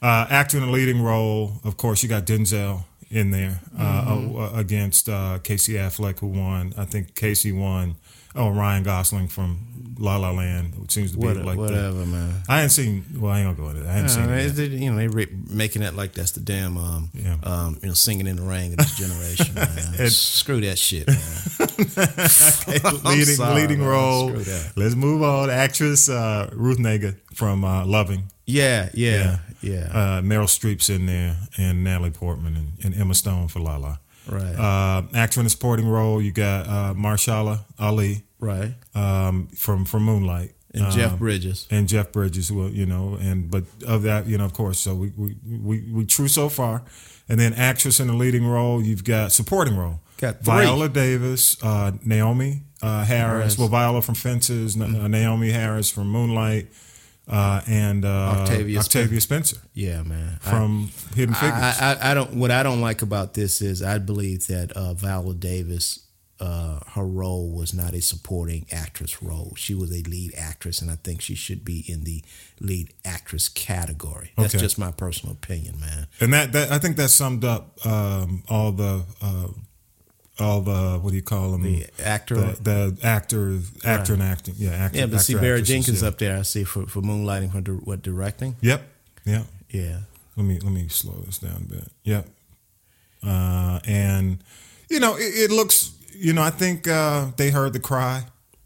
Speaker 2: Uh, actor in a leading role, of course, you got Denzel in there
Speaker 3: Mm-hmm.
Speaker 2: uh, uh, against uh, Casey Affleck, who won. I think Casey won. Oh, Ryan Gosling from La La Land, which seems to be
Speaker 3: What-
Speaker 2: like the-
Speaker 3: whatever, man.
Speaker 2: I ain't seen. Well, I ain't gonna go into that. I ain't
Speaker 3: I
Speaker 2: seen
Speaker 3: mean,
Speaker 2: it.
Speaker 3: it's- it- you know, they re- making it like that's the damn, um,
Speaker 2: Yeah.
Speaker 3: um, you know, singing in the rain of this
Speaker 2: *laughs*
Speaker 3: generation. Man. Screw that shit, man.
Speaker 2: yet.
Speaker 3: *laughs* I'm
Speaker 2: leading
Speaker 3: sorry,
Speaker 2: leading
Speaker 3: man.
Speaker 2: role.
Speaker 3: Screw that.
Speaker 2: Let's move on. Actress uh, Ruth Negga from uh, Loving.
Speaker 3: Yeah, yeah, yeah.
Speaker 2: Uh, Meryl Streep's in there, and Natalie Portman and, and Emma Stone for La La.
Speaker 3: Right.
Speaker 2: Uh, actor in a supporting role, you got uh, Marshala Ali
Speaker 3: right.
Speaker 2: um, from from Moonlight.
Speaker 3: And Jeff
Speaker 2: Um,
Speaker 3: Bridges.
Speaker 2: and Jeff Bridges, well, you know, and but of that, you know, of course, so we we we, we true so far, and then actress in the leading role, you've got supporting role,
Speaker 3: Got three.
Speaker 2: Viola Davis, uh, Naomi uh, Harris, well, Viola from Fences, Na-
Speaker 3: Mm-hmm.
Speaker 2: uh, Naomi Harris from Moonlight, uh, and uh,
Speaker 3: Octavia
Speaker 2: Octavia,
Speaker 3: Spen-
Speaker 2: Spencer
Speaker 3: Yeah, man. I-
Speaker 2: from Hidden Figures.
Speaker 3: I, I, I don't. What I don't like about this is I believe that uh, Viola Davis, uh, her role was not a supporting actress role. She was a lead actress, and I think she should be in the lead actress category. That's
Speaker 2: Okay.
Speaker 3: just my personal opinion, man.
Speaker 2: And that, that I think that summed up um, all the uh, all the what do you call them?
Speaker 3: The actor-
Speaker 2: the, the actor, actor and acting, yeah, actor.
Speaker 3: Yeah, but see
Speaker 2: actor,
Speaker 3: Barry
Speaker 2: actresses,
Speaker 3: Jenkins
Speaker 2: yeah.
Speaker 3: up there. I see for for moonlighting for di- what directing.
Speaker 2: Yep, yeah.
Speaker 3: Yeah.
Speaker 2: Let me let me slow this down a bit. Yep, uh, and you know it, it looks. You know, I think uh, they heard the cry.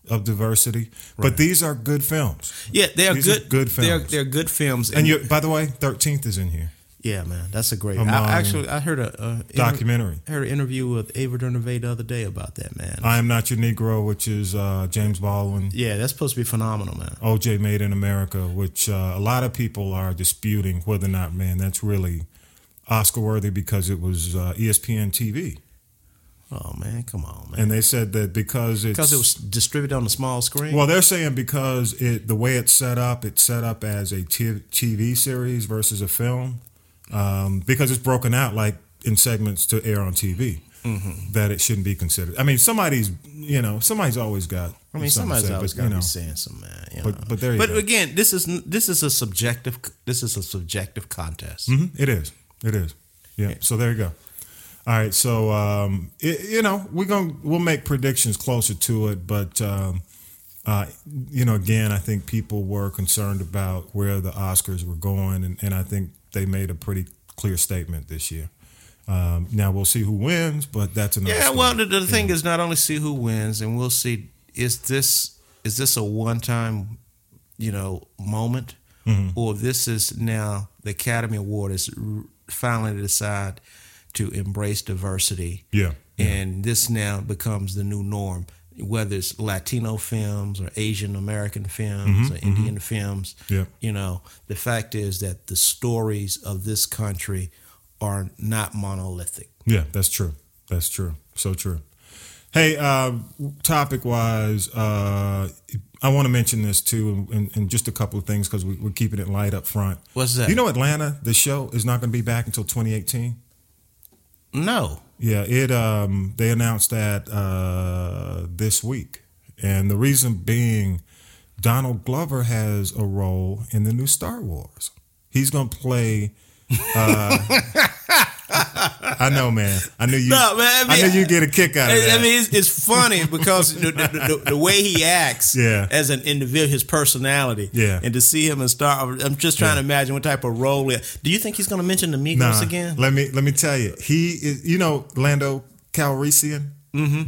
Speaker 2: of diversity. But these are good films.
Speaker 3: Yeah, they are
Speaker 2: These are
Speaker 3: good.
Speaker 2: good
Speaker 3: They're,
Speaker 2: films.
Speaker 3: they're good films.
Speaker 2: And you, by the way, Thirteenth is in here.
Speaker 3: yeah, man, that's a great.
Speaker 2: Among
Speaker 3: I, actually, I heard a, a inter-
Speaker 2: Documentary.
Speaker 3: I heard an interview with Ava DuVernay the other day about that man.
Speaker 2: I am not your Negro, which is uh, James Baldwin.
Speaker 3: yeah, that's supposed to be phenomenal, man.
Speaker 2: OJ Made in America, which uh, a lot of people are disputing whether or not, man, that's really Oscar worthy because it was uh, ESPN TV.
Speaker 3: Oh man, come on, man.
Speaker 2: And they said that because it's.
Speaker 3: Because it was distributed on the small screen.
Speaker 2: well, they're saying because it the way it's set up, it's set up as a t- TV series versus a film um, because it's broken out like in segments to air on TV.
Speaker 3: Mm-hmm.
Speaker 2: That it shouldn't be considered. I mean, somebody's, you know, somebody's always got.
Speaker 3: I mean, somebody's
Speaker 2: say,
Speaker 3: always
Speaker 2: but,
Speaker 3: got
Speaker 2: you
Speaker 3: to be
Speaker 2: know.
Speaker 3: saying some man. you
Speaker 2: But-
Speaker 3: know.
Speaker 2: but there you
Speaker 3: But
Speaker 2: go.
Speaker 3: again, this is this is a subjective. This is a subjective contest.
Speaker 2: Mhm, It is. It is. Yeah. So there you go. All right. So um, it, you know we're gonna we'll make predictions closer to it, but um, uh, you know again I think people were concerned about where the Oscars were going, and, and I think they made a pretty clear statement this year. Um, now we'll see who wins, but that's another.
Speaker 3: Yeah.
Speaker 2: story.
Speaker 3: Well, the, the thing is, not only see who wins, and we'll see is this is this a one time, you know, moment,
Speaker 2: Mm-hmm.
Speaker 3: or this is now the Academy Award is r- finally decide to embrace diversity.
Speaker 2: Yeah, yeah.
Speaker 3: And this now becomes the new norm, whether it's Latino films or Asian American films or Indian films.
Speaker 2: Mm-hmm, Yeah.
Speaker 3: You know, the fact is that the stories of this country are not monolithic.
Speaker 2: Yeah, that's true. That's true. So true. Hey, uh, topic wise, uh, I want to mention this too, and, and just a couple of things because we, we're keeping it light up front.
Speaker 3: What's that?
Speaker 2: You know, Atlanta, the show is not going to be back until 2018.
Speaker 3: No.
Speaker 2: Yeah, it. Um, they announced that uh, this week, and the reason being, Donald Glover has a role in the new Star Wars. He's going to play. Uh, *laughs* I know, man. I knew you.
Speaker 3: No, man, I mean,
Speaker 2: knew you get a kick out of
Speaker 3: I,
Speaker 2: that.
Speaker 3: I mean, it's, it's funny because the, the, the, the way he
Speaker 2: *laughs*
Speaker 3: acts
Speaker 2: Yeah.
Speaker 3: as an individual, his personality,
Speaker 2: Yeah.
Speaker 3: and to see him in Star, I'm just trying to
Speaker 2: Yeah.
Speaker 3: imagine what type of role. It, do you think he's going to mention the Migos
Speaker 2: Nah,
Speaker 3: again?
Speaker 2: Let me let me tell you. He is. You know, Lando Calrissian,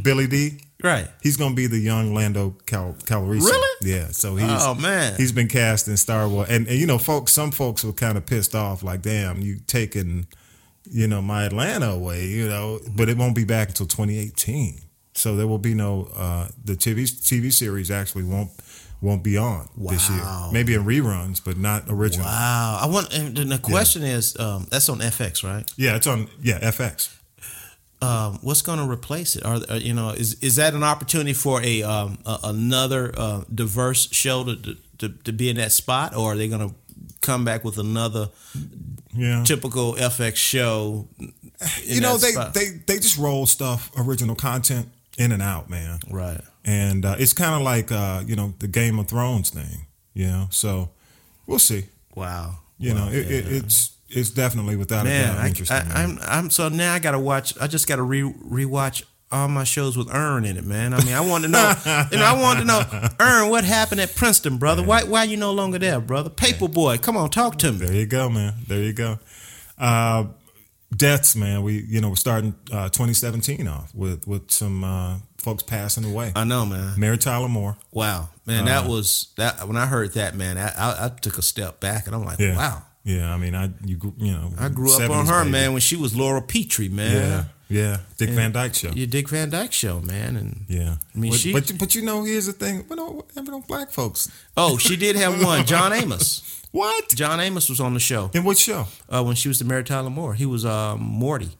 Speaker 2: Billy D.
Speaker 3: Mm-hmm. Right.
Speaker 2: He's gonna be the young Lando Cal- Calrissian.
Speaker 3: Really?
Speaker 2: Yeah. So he's
Speaker 3: Oh, man.
Speaker 2: he's been cast in Star Wars, and, and you know, folks. Some folks were kind of pissed off, like, "Damn, you taking, you know, my Atlanta away," you know.
Speaker 3: Mm-hmm.
Speaker 2: But it won't be back until 2018, so there will be no uh, the TV TV series actually won't won't be on this year.
Speaker 3: Wow.
Speaker 2: Maybe in reruns, but not original.
Speaker 3: Wow. Uh, I want. And the question is, um, that's on FX, right?
Speaker 2: Yeah, it's on. Yeah, FX.
Speaker 3: Um, what's going to replace it? Are, are you know is is that an opportunity for a, um, a another uh, diverse show to, to to to be in that spot, or are they going to come back with another
Speaker 2: Yeah.
Speaker 3: typical FX show? in
Speaker 2: you know
Speaker 3: that
Speaker 2: they,
Speaker 3: spot?
Speaker 2: they they just roll stuff original content in and out man
Speaker 3: Right.
Speaker 2: and uh, it's kind of like uh, you know the game of thrones thing you know so we'll see
Speaker 3: Wow.
Speaker 2: you
Speaker 3: Wow,
Speaker 2: know it, it,
Speaker 3: yeah.
Speaker 2: it's it's definitely without a
Speaker 3: man,
Speaker 2: doubt
Speaker 3: I,
Speaker 2: interesting man.
Speaker 3: I, am I'm so now I gotta watch. I just gotta re rewatch all my shows with Earn in it, man. I mean, I want to know. you know, I want
Speaker 2: *laughs*
Speaker 3: to know Earn what happened at Princeton, brother. Why why you no longer there, brother? Paperboy, come on, talk to me.
Speaker 2: there you go man there you go uh, deaths man we you know we're starting uh, 2017 off with with some uh, folks passing away
Speaker 3: I know, man.
Speaker 2: mary tyler moore
Speaker 3: Wow, man,
Speaker 2: Uh-huh.
Speaker 3: that was that. When I heard that, man, I, I, I took a step back, and I'm like,
Speaker 2: yeah
Speaker 3: wow.
Speaker 2: yeah i mean i you gr- you know
Speaker 3: I grew up on
Speaker 2: 70s
Speaker 3: her,
Speaker 2: baby.
Speaker 3: man, when she was Laura Petrie,
Speaker 2: yeah
Speaker 3: man.
Speaker 2: yeah dick van dyke show
Speaker 3: Your Dick Van Dyke show, man, and
Speaker 2: Yeah,
Speaker 3: I mean,
Speaker 2: but,
Speaker 3: she-
Speaker 2: but but you know, here's the thing. We don't we don't black folks.
Speaker 3: oh, she did have one, John
Speaker 2: *laughs*
Speaker 3: Amos.
Speaker 2: What?
Speaker 3: John Amos was on the show.
Speaker 2: In what show?
Speaker 3: uh, when she was the Mary Tyler Moore. He was um, Morty.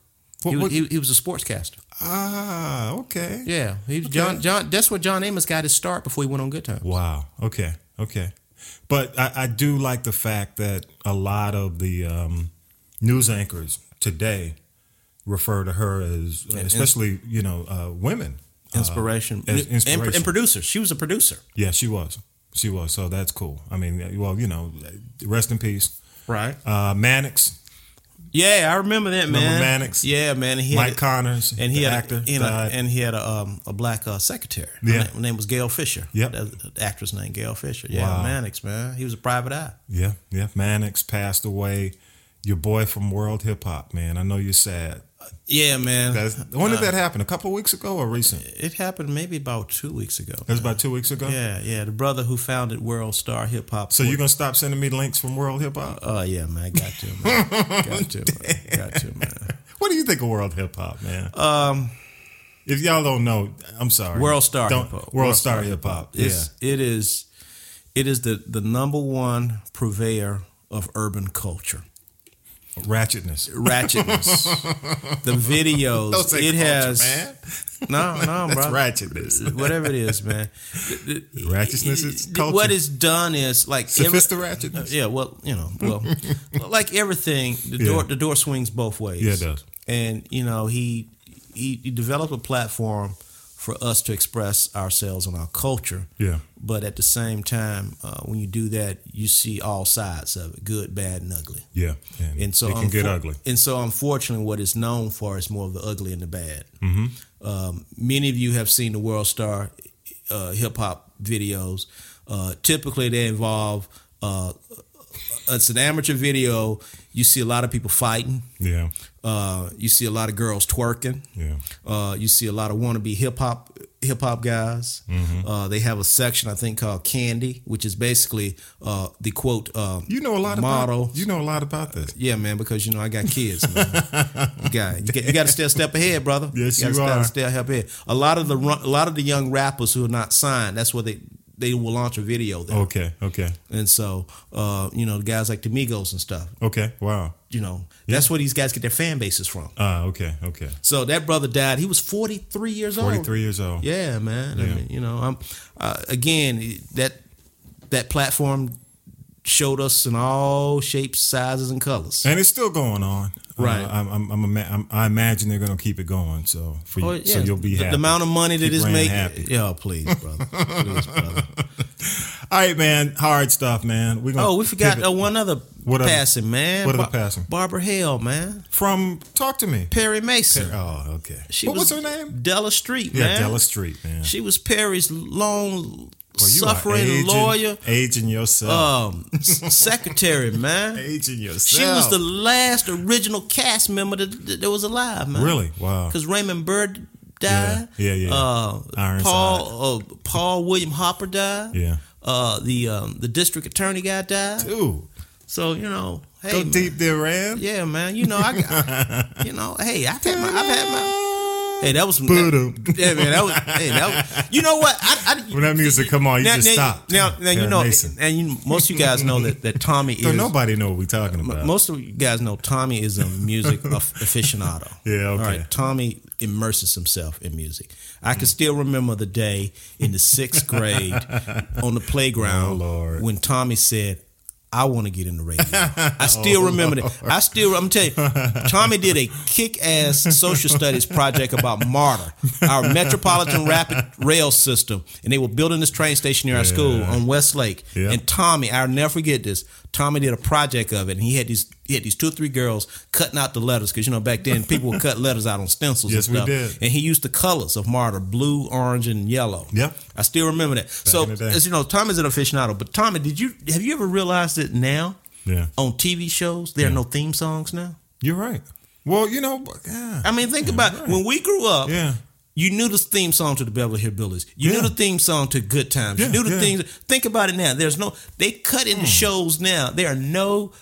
Speaker 2: What-
Speaker 3: he, was,
Speaker 2: what-
Speaker 3: he, he was a sportscaster.
Speaker 2: Ah, okay.
Speaker 3: Yeah, he was John. John. That's where John Amos got his start before he went on Good Time.
Speaker 2: Wow. Okay. Okay. But I, I do like the fact that a lot of the um, news anchors today refer to her as, especially you know, uh, women. uh,
Speaker 3: Inspiration,
Speaker 2: as
Speaker 3: And-
Speaker 2: inspiration.
Speaker 3: And, producer. She was a producer.
Speaker 2: yeah, she was. She was. So that's cool. I mean, well, you know, rest in peace.
Speaker 3: Right.
Speaker 2: Uh, Mannix,
Speaker 3: Yeah, I remember that man.
Speaker 2: Remember Mannix?
Speaker 3: Yeah, man. He
Speaker 2: Mike
Speaker 3: had,
Speaker 2: Connors,
Speaker 3: and he
Speaker 2: the
Speaker 3: had
Speaker 2: actor,
Speaker 3: a, you know,
Speaker 2: died.
Speaker 3: and he had a um, a black uh, secretary.
Speaker 2: Yeah.
Speaker 3: her name, her name was Gail Fisher.
Speaker 2: Yep.
Speaker 3: That- that actress named Gail Fisher. Yeah,
Speaker 2: Wow.
Speaker 3: Mannix, man. He was a private eye.
Speaker 2: Yeah, yeah. Mannix passed away. Your boy from World Hip Hop, man. I know you're sad.
Speaker 3: Yeah, man.
Speaker 2: That's, when
Speaker 3: uh,
Speaker 2: did that happen? A couple of weeks ago or recent?
Speaker 3: it happened maybe about two weeks ago.
Speaker 2: That's about two weeks ago.
Speaker 3: Yeah, yeah. The brother who founded World Star Hip Hop.
Speaker 2: So you're gonna stop sending me links from World Hip Hop?
Speaker 3: Oh yeah, man. I got to, man. got to, man. Got to, man.
Speaker 2: What do you think of World Hip Hop, man? Um, if y'all don't know, I'm sorry.
Speaker 3: World Star
Speaker 2: Don't-
Speaker 3: Hip Hop.
Speaker 2: World, Star Hip Hop. Yeah.
Speaker 3: It's it is it is the the number one purveyor of urban culture.
Speaker 2: Ratchetness. *laughs*
Speaker 3: Ratchetness. the videos.
Speaker 2: Don't say
Speaker 3: it
Speaker 2: culture,
Speaker 3: has
Speaker 2: *laughs* man.
Speaker 3: no, no,
Speaker 2: *laughs* That's
Speaker 3: bro.
Speaker 2: ratchetness.
Speaker 3: Whatever it is, man. The- the-
Speaker 2: Ratchetness *laughs* is culture.
Speaker 3: What is done is like every-
Speaker 2: Sophister *laughs* ratchetness.
Speaker 3: yeah, well, you know,
Speaker 2: *laughs*
Speaker 3: well, like everything, the door
Speaker 2: Yeah.
Speaker 3: the door swings both ways.
Speaker 2: Yeah, it does.
Speaker 3: And you know, he, he he developed a platform for us to express ourselves and our culture.
Speaker 2: Yeah.
Speaker 3: But at the same time, uh, when you do that, you see all sides of it: good, bad, and ugly.
Speaker 2: Yeah.
Speaker 3: And so
Speaker 2: it can get
Speaker 3: unfor-
Speaker 2: ugly.
Speaker 3: And so, unfortunately, what it's known for is more of the ugly and the bad.
Speaker 2: Mm-hmm.
Speaker 3: Um, many of you have seen the World Star uh, hip hop videos. Uh, typically, they involve uh, it's an amateur video. You see a lot of people fighting.
Speaker 2: Yeah.
Speaker 3: Uh, you see a lot of girls twerking.
Speaker 2: Yeah.
Speaker 3: Uh, you see a lot of wannabe hip hop hip hop guys.
Speaker 2: Mm-hmm.
Speaker 3: Uh, they have a section I think called Candy, which is basically uh, the quote. Uh,
Speaker 2: You know a lot
Speaker 3: model.
Speaker 2: about. You know a lot about this.
Speaker 3: Yeah, man, because you know I got kids,
Speaker 2: *laughs*
Speaker 3: man. you got you, got- you got to stay a step ahead, brother.
Speaker 2: Yes,
Speaker 3: gotta
Speaker 2: you
Speaker 3: stay-
Speaker 2: are.
Speaker 3: Stay a step ahead. A lot of the run, a lot of the young rappers who are not signed, that's where they they will launch a video there.
Speaker 2: Okay. Okay.
Speaker 3: And so, uh, you know, guys like the Migos and stuff,
Speaker 2: Okay. Wow.
Speaker 3: you know, that's where these guys get their fan bases from.
Speaker 2: Ah. okay. Okay.
Speaker 3: So that brother died. He was forty three years old.
Speaker 2: 43 years old.
Speaker 3: Yeah, man. I
Speaker 2: Yeah.
Speaker 3: mean, you know, I'm uh, again that that platform showed us in all shapes, sizes, and colors.
Speaker 2: And it's still going on.
Speaker 3: Right.
Speaker 2: Uh, I'm, I'm, I'm, ima- I'm, I imagine they're going to keep it going. So for you,
Speaker 3: Oh,
Speaker 2: so
Speaker 3: yeah.
Speaker 2: you'll be
Speaker 3: the,
Speaker 2: happy.
Speaker 3: the amount of money that
Speaker 2: Keep
Speaker 3: is
Speaker 2: Rand
Speaker 3: making.
Speaker 2: happy.
Speaker 3: Yeah, please, brother.
Speaker 2: *laughs*
Speaker 3: Please, brother.
Speaker 2: All right, man. Hard stuff, man. We're gonna
Speaker 3: Oh, we forgot
Speaker 2: pivot
Speaker 3: uh, one other
Speaker 2: What other-
Speaker 3: passing, man.
Speaker 2: what other passing?
Speaker 3: Barbara Hale, man.
Speaker 2: from Talk to Me.
Speaker 3: Perry Mason.
Speaker 2: Oh, okay.
Speaker 3: She
Speaker 2: what was, her
Speaker 3: was,
Speaker 2: name?
Speaker 3: Della Street,
Speaker 2: Yeah,
Speaker 3: man.
Speaker 2: Della Street, man.
Speaker 3: She was Perry's long
Speaker 2: Well, you are
Speaker 3: suffering
Speaker 2: aging-
Speaker 3: lawyer,
Speaker 2: aging yourself, *laughs*
Speaker 3: um, s- secretary, man.
Speaker 2: aging yourself.
Speaker 3: Uh, She was the last original cast member that, that, that was alive, man.
Speaker 2: really wow.
Speaker 3: Because Raymond Byrd died.
Speaker 2: Yeah, yeah, yeah.
Speaker 3: Uh,
Speaker 2: Ironside.
Speaker 3: Paul uh, Paul William Hopper died.
Speaker 2: Yeah.
Speaker 3: Uh, the um, the district attorney guy died.
Speaker 2: Ooh,
Speaker 3: So you know, hey,
Speaker 2: go
Speaker 3: man.
Speaker 2: deep there, Rand.
Speaker 3: Yeah, man. You know, I got. you know, hey, I've had my. I've had my. Hey, that was.
Speaker 2: Boodum.
Speaker 3: yeah, man. That was. Hey, that was. You know what? I, I,
Speaker 2: When that music come on, you just
Speaker 3: now,
Speaker 2: stop.
Speaker 3: Now, now you
Speaker 2: Perry
Speaker 3: know,
Speaker 2: Mason.
Speaker 3: and you, most of you guys know that that Tommy is.
Speaker 2: *laughs* So nobody know what we talking about.
Speaker 3: Most of you guys know Tommy is a
Speaker 2: *laughs*
Speaker 3: music af- aficionado.
Speaker 2: Yeah, okay.
Speaker 3: Tommy immerses himself in music. I can still remember the day in the
Speaker 2: *laughs*
Speaker 3: sixth grade on the playground
Speaker 2: Oh, Lord.
Speaker 3: when Tommy said, I want to get in
Speaker 2: *laughs*
Speaker 3: the radio. I still
Speaker 2: Oh,
Speaker 3: remember that. I still, I'm telling you, Tommy did a kick ass social studies project about MARTA, our metropolitan rapid rail system. And they were building this train station near our school
Speaker 2: Yeah.
Speaker 3: on Westlake.
Speaker 2: Yeah.
Speaker 3: And Tommy, I'll never forget this. Tommy did a project of it, and he had these he had these two or three girls cutting out the letters because you know back then people would cut *laughs* letters out on stencils.
Speaker 2: Yes, we
Speaker 3: and stuff.
Speaker 2: did.
Speaker 3: And he used the colors of martyr: blue, orange, and yellow.
Speaker 2: Yeah.
Speaker 3: I still remember that. so
Speaker 2: in the day.
Speaker 3: as you know, Tommy's an aficionado. But Tommy, did you have you ever realized that now
Speaker 2: yeah,
Speaker 3: on TV shows there are no theme songs now?
Speaker 2: you're right. Well, you know, yeah,
Speaker 3: I mean, think about
Speaker 2: right.
Speaker 3: when we grew up.
Speaker 2: yeah.
Speaker 3: You knew the theme song to the Beverly Hillbillies. You
Speaker 2: Yeah.
Speaker 3: knew the theme song to Good Times.
Speaker 2: Yeah,
Speaker 3: you knew the
Speaker 2: yeah. Hmm.
Speaker 3: things. Think about it now. There's no. They cut in the shows now. There are no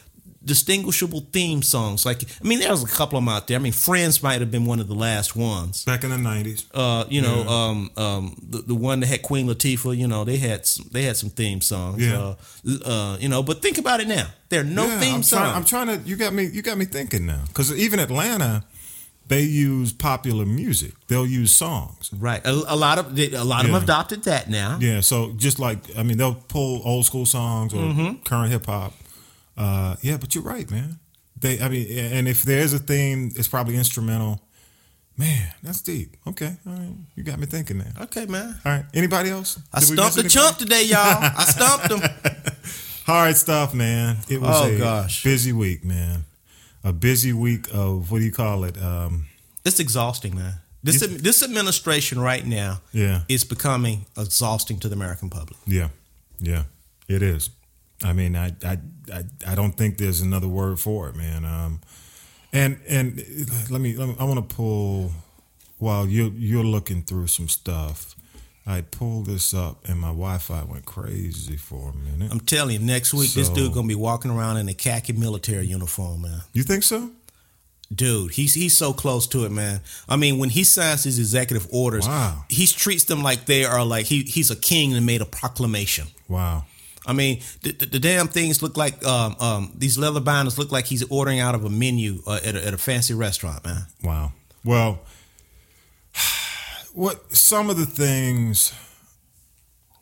Speaker 3: distinguishable theme songs. Like I mean, there was a couple of them out there. I mean, Friends might have been one of the last ones.
Speaker 2: Back in the nineties.
Speaker 3: Uh, you know, um, um, the, the one that had Queen Latifah. You know, they had some, they had some theme songs.
Speaker 2: Yeah.
Speaker 3: Uh, uh, you know, but think about it now. There are no
Speaker 2: Yeah,
Speaker 3: theme
Speaker 2: I'm
Speaker 3: songs.
Speaker 2: Trying, I'm trying to. You got me. You got me thinking now. Because even Atlanta, they use popular music. They'll use songs.
Speaker 3: right. A, a lot of they- a lot of
Speaker 2: Yeah.
Speaker 3: them adopted that now.
Speaker 2: Yeah. So just like I mean, they'll pull old school songs or
Speaker 3: Mm-hmm.
Speaker 2: current hip hop. Uh, yeah, but you're right, man. They. I mean, and if there's a theme, it's probably instrumental. Man, that's deep. Okay, all right. You got me thinking now.
Speaker 3: Okay, man.
Speaker 2: All right. Anybody else?
Speaker 3: I
Speaker 2: Did we
Speaker 3: stumped the
Speaker 2: miss
Speaker 3: chump today, y'all. I
Speaker 2: *laughs*
Speaker 3: stumped him.
Speaker 2: Hard stuff, man. It was
Speaker 3: Oh,
Speaker 2: a
Speaker 3: gosh.
Speaker 2: busy week, man. A busy week of what do you call it? Um,
Speaker 3: It's exhausting, man. This this administration right now
Speaker 2: Yeah.
Speaker 3: is becoming exhausting to the American public.
Speaker 2: yeah, yeah, it is. I mean, I, I, I, I don't think there's another word for it, man. Um, And and let me, let me I want to pull while you you're looking through some stuff. I pulled this up and my Wi-Fi went crazy for a minute.
Speaker 3: I'm telling you, next week this
Speaker 2: So-
Speaker 3: dude gonna be walking around in a khaki military uniform, man.
Speaker 2: you think so?
Speaker 3: Dude, he's he's so close to it, man. I mean, when he signs his executive orders,
Speaker 2: Wow.
Speaker 3: he treats them like they are like he he's a king and made a proclamation.
Speaker 2: Wow.
Speaker 3: I mean, the, the, the damn things look like um, um, these leather binders look like he's ordering out of a menu uh, at, a, at a fancy restaurant, man.
Speaker 2: Wow. Well, *sighs* what some of the things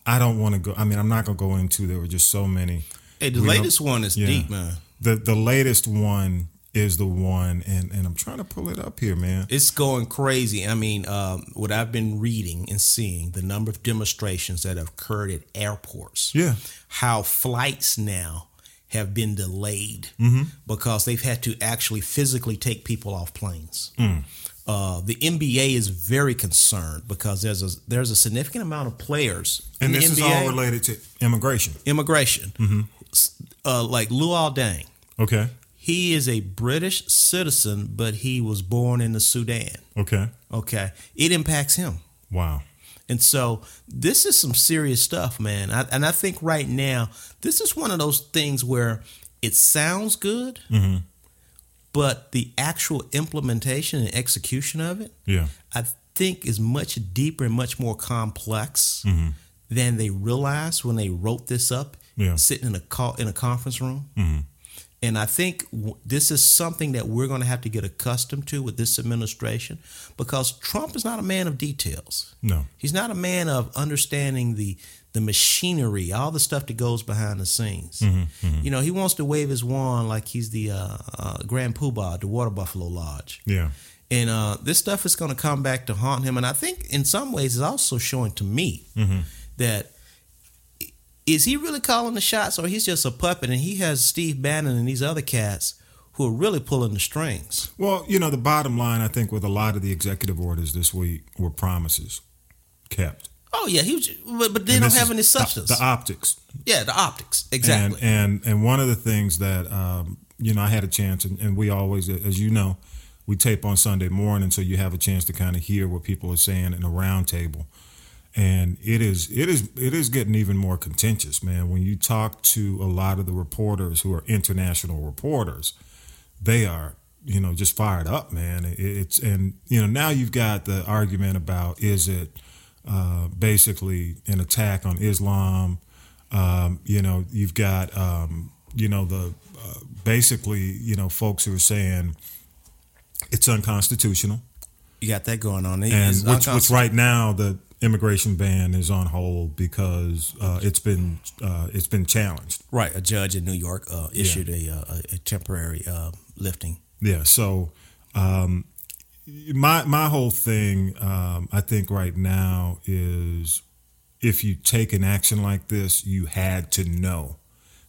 Speaker 2: I don't want to go. I mean, I'm not gonna go into. There were just so many.
Speaker 3: Hey, the
Speaker 2: We don't-
Speaker 3: latest one is
Speaker 2: Yeah.
Speaker 3: deep, man.
Speaker 2: The the latest one is the one, and and I'm trying to pull it up here, man.
Speaker 3: It's going crazy. I mean, um, what I've been reading and seeing the number of demonstrations that have occurred at airports.
Speaker 2: Yeah.
Speaker 3: how flights now have been delayed
Speaker 2: Mm-hmm.
Speaker 3: because they've had to actually physically take people off planes.
Speaker 2: Mm.
Speaker 3: Uh, the NBA is very concerned because there's a there's a significant amount of players
Speaker 2: And
Speaker 3: in
Speaker 2: this
Speaker 3: the
Speaker 2: is
Speaker 3: NBA,
Speaker 2: all related Mm-hmm. to immigration.
Speaker 3: immigration, S- uh, like Luol Deng.
Speaker 2: Okay.
Speaker 3: He is a British citizen, but he was born in the Sudan.
Speaker 2: Okay.
Speaker 3: Okay, it impacts him.
Speaker 2: Wow.
Speaker 3: And so this is some serious stuff, man. I, and I think right now, this is one of those things where it sounds good, but the actual implementation and execution of it,
Speaker 2: Yeah.
Speaker 3: I think, is much deeper and much more complex than they realized when they wrote this up,
Speaker 2: Yeah.
Speaker 3: sitting in a call in a conference room.
Speaker 2: Mm-hmm.
Speaker 3: And I think w- this is something that we're going to have to get accustomed to with this administration, because Trump is not a man of details.
Speaker 2: No.
Speaker 3: He's not a man of understanding the the machinery, all the stuff that goes behind the scenes. You know, he wants to wave his wand like he's the uh, uh, Grand Poobah, at the Water Buffalo Lodge.
Speaker 2: Yeah.
Speaker 3: And uh, this stuff is going to come back to haunt him. And I think in some ways it's also showing to me
Speaker 2: Mm-hmm.
Speaker 3: that i- is he really calling the shots or he's just a puppet and he has Steve Bannon and these other cats who are really pulling the strings.
Speaker 2: Well, you know, the bottom line, I think, with a lot of the executive orders this week were promises kept.
Speaker 3: Oh, yeah. He was, but, but they
Speaker 2: And
Speaker 3: don't
Speaker 2: this
Speaker 3: have
Speaker 2: is
Speaker 3: any
Speaker 2: the-
Speaker 3: substance.
Speaker 2: The optics.
Speaker 3: yeah, the optics. Exactly.
Speaker 2: And and, and one of the things that um, you know, I had a chance, and, and we always, as you know, we tape on Sunday morning, so you have a chance to kind of hear what people are saying in a round table. And it is it is it is getting even more contentious, man. When you talk to a lot of the reporters who are international reporters, they are you know just fired up, man. It, it's and you know now you've got the argument about is it uh, basically an attack on Islam? Um, you know, you've got, um, you know, the uh, basically, you know, folks who are saying it's unconstitutional,
Speaker 3: You got that going on. It-
Speaker 2: and
Speaker 3: it's
Speaker 2: which, which
Speaker 3: unconstitutional.
Speaker 2: right now the immigration ban is on hold because uh, it's been uh, it's been challenged.
Speaker 3: Right, a judge in New York uh, issued a, uh, a a temporary uh, lifting.
Speaker 2: Yeah. So, um, my my whole thing, um, I think right now is if you take an action like this, you had to know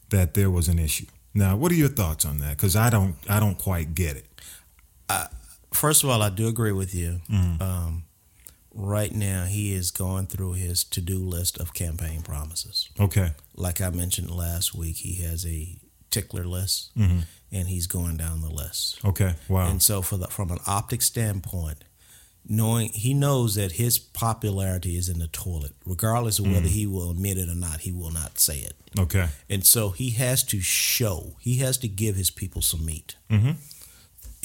Speaker 2: that there was an issue. Now, what are your thoughts on that? Because I don't I don't quite get it.
Speaker 3: First of all, I do agree with you. Um, right now, he is going through his to do list of campaign promises.
Speaker 2: Okay.
Speaker 3: Like I mentioned last week, he has a tickler list, and he's going down the list.
Speaker 2: Okay. Wow.
Speaker 3: And so, for the, from an optic standpoint, knowing he knows that his popularity is in the toilet, regardless of whether he will admit it or not, he will not say it.
Speaker 2: okay.
Speaker 3: And so he has to show, he has to give his people some meat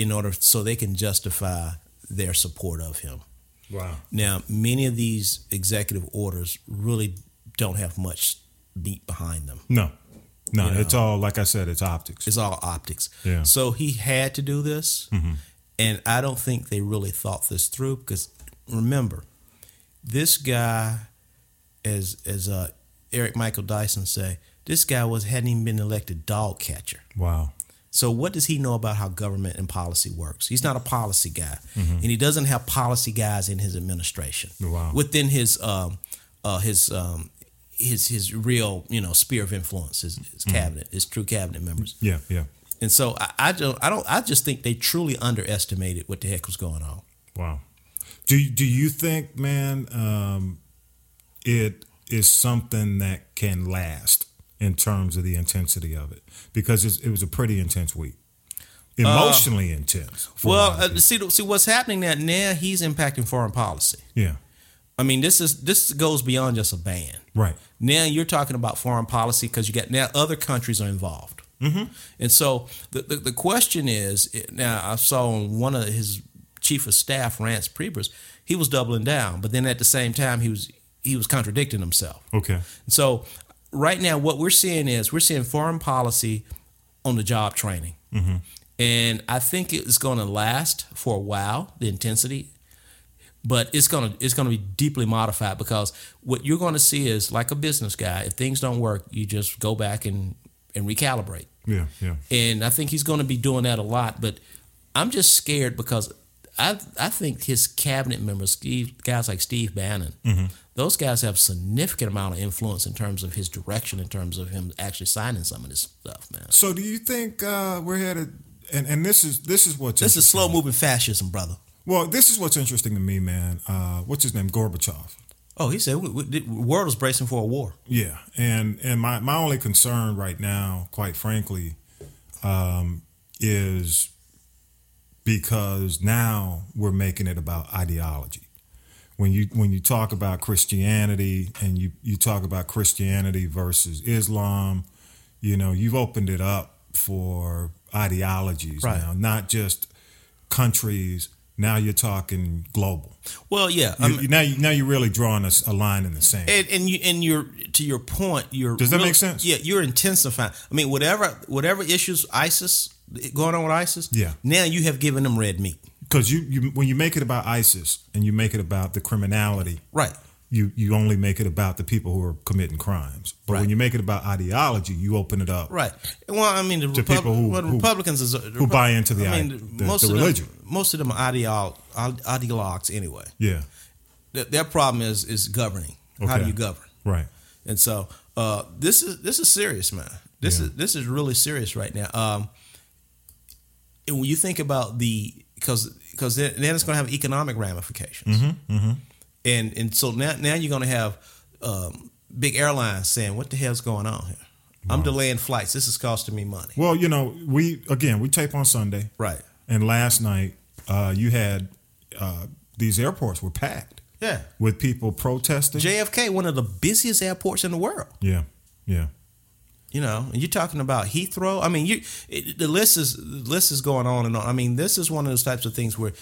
Speaker 3: in order so they can justify their support of him.
Speaker 2: Wow.
Speaker 3: Now, many of these executive orders really don't have much meat behind them.
Speaker 2: No. No.
Speaker 3: You know.
Speaker 2: It's all like I said. It's optics.
Speaker 3: It's all optics.
Speaker 2: Yeah.
Speaker 3: So he had to do this. And I don't think they really thought this through because remember, this guy, as as uh, Eric Michael Dyson say, this guy was hadn't even been elected dog catcher.
Speaker 2: Wow.
Speaker 3: So what does he know about how government and policy works? He's not a policy guy, and he doesn't have policy guys in his administration.
Speaker 2: Mm-hmm. Wow.
Speaker 3: Within his um, uh, his um, his his real you know sphere of influence, his, his
Speaker 2: Mm-hmm.
Speaker 3: cabinet, his true cabinet members.
Speaker 2: Yeah. Yeah.
Speaker 3: And so I, I don't I don't I just think they truly underestimated what the heck was going on.
Speaker 2: Wow. Do do you think, man, um, it is something that can last in terms of the intensity of it? Because it's, it was a pretty intense week. emotionally intense. for a
Speaker 3: Uh, Well,
Speaker 2: lot of
Speaker 3: uh, see, see what's happening now. Now he's impacting foreign policy.
Speaker 2: people. yeah,
Speaker 3: I mean, this is this goes beyond just a ban.
Speaker 2: right,
Speaker 3: Now you're talking about foreign policy because you got now other countries are involved. Mm-hmm. And so the, the the question is now I saw on one of his chief of staff Rance Priebus, he was doubling down, but then at the same time he was he was contradicting himself.
Speaker 2: okay,
Speaker 3: So right now, what we're seeing is we're seeing foreign policy on the job training, and I think it's going to last for a while. The intensity, but it's gonna it's gonna be deeply modified because what you're going to see is like a business guy. If things don't work, you just go back and and recalibrate.
Speaker 2: yeah, yeah,
Speaker 3: And I think he's going to be doing that a lot. But I'm just scared because I I think his cabinet members, Steve, guys like Steve Bannon, those guys have significant amount of influence in terms of his direction, in terms of him actually signing some of this stuff, man.
Speaker 2: So, do you think uh, we're headed? And and this is this is what's
Speaker 3: This is
Speaker 2: interesting.
Speaker 3: slow moving fascism, brother.
Speaker 2: Well, this is what's interesting to me, man. Uh, what's his name? Gorbachev.
Speaker 3: Oh, he said we, we, the world is bracing for a war.
Speaker 2: Yeah, and and my my only concern right now, quite frankly, um, is because now we're making it about ideology. When you when you talk about Christianity and you you talk about Christianity versus Islam, you know you've opened it up for ideologies
Speaker 3: Right.
Speaker 2: now, not just countries. Now you're talking global.
Speaker 3: Well, yeah, I
Speaker 2: You,
Speaker 3: mean,
Speaker 2: you- now, you, now you're really drawing a, s- a line in the sand.
Speaker 3: and and you and you're to your point. You're
Speaker 2: Does that
Speaker 3: really-
Speaker 2: make sense?
Speaker 3: Yeah, you're intensifying. I mean, whatever whatever issues ISIS going on with ISIS.
Speaker 2: Yeah.
Speaker 3: now you have given them red meat.
Speaker 2: because you, you when you make it about ISIS and you make it about the criminality,
Speaker 3: Right.
Speaker 2: you you only make it about the people who are committing crimes. But when
Speaker 3: Right.
Speaker 2: you make it about ideology, you open it up.
Speaker 3: Right. Well, I mean, the, Repub-
Speaker 2: people who-
Speaker 3: well, the
Speaker 2: who-
Speaker 3: Republicans is, who
Speaker 2: buy into the i- the- the religion.
Speaker 3: Them, most of them are ideol- ide- ideologues anyway.
Speaker 2: Yeah.
Speaker 3: Their, their problem is is governing. How do
Speaker 2: Okay.
Speaker 3: you govern?
Speaker 2: Right.
Speaker 3: And so uh, this is this is serious, man. This
Speaker 2: Yeah.
Speaker 3: is this is really serious right now. Um, and when you think about the because because then, then it's going to have economic ramifications.
Speaker 2: Mm-hmm,
Speaker 3: And and so now now you're going to have um, big airlines saying, "What the hell's going on here? I'm delaying flights. This is costing me money."
Speaker 2: Well, you know, we again we tape on Sunday,
Speaker 3: Right.
Speaker 2: and last night uh, you had uh, these airports were packed
Speaker 3: Yeah.
Speaker 2: with people protesting.
Speaker 3: JFK, one of the busiest airports in the world.
Speaker 2: yeah. Yeah.
Speaker 3: You know, and you're talking about Heathrow. I mean, you it, the list is the list is going on and on. I mean, this is one of those types of things where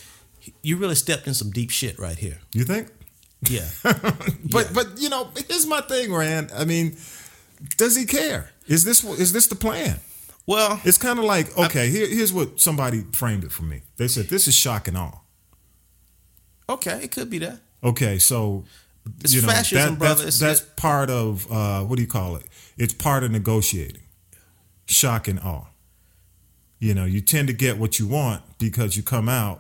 Speaker 3: you really stepped in some deep shit right here.
Speaker 2: You think? *laughs*
Speaker 3: Yeah,
Speaker 2: But
Speaker 3: Yeah.
Speaker 2: but you know, here's my thing, Rand. I mean, does he care? Is this is this the plan?
Speaker 3: well,
Speaker 2: It's kind of like okay. here, here's what somebody framed it for me. They said this is shock and awe.
Speaker 3: okay, it could be that.
Speaker 2: Okay, so
Speaker 3: It's
Speaker 2: you know
Speaker 3: fascism,
Speaker 2: that,
Speaker 3: brother.
Speaker 2: that's,
Speaker 3: It's-
Speaker 2: that's part of uh, what do you call it? It's part of negotiating. Shock and awe. You know, you tend to get what you want because you come out,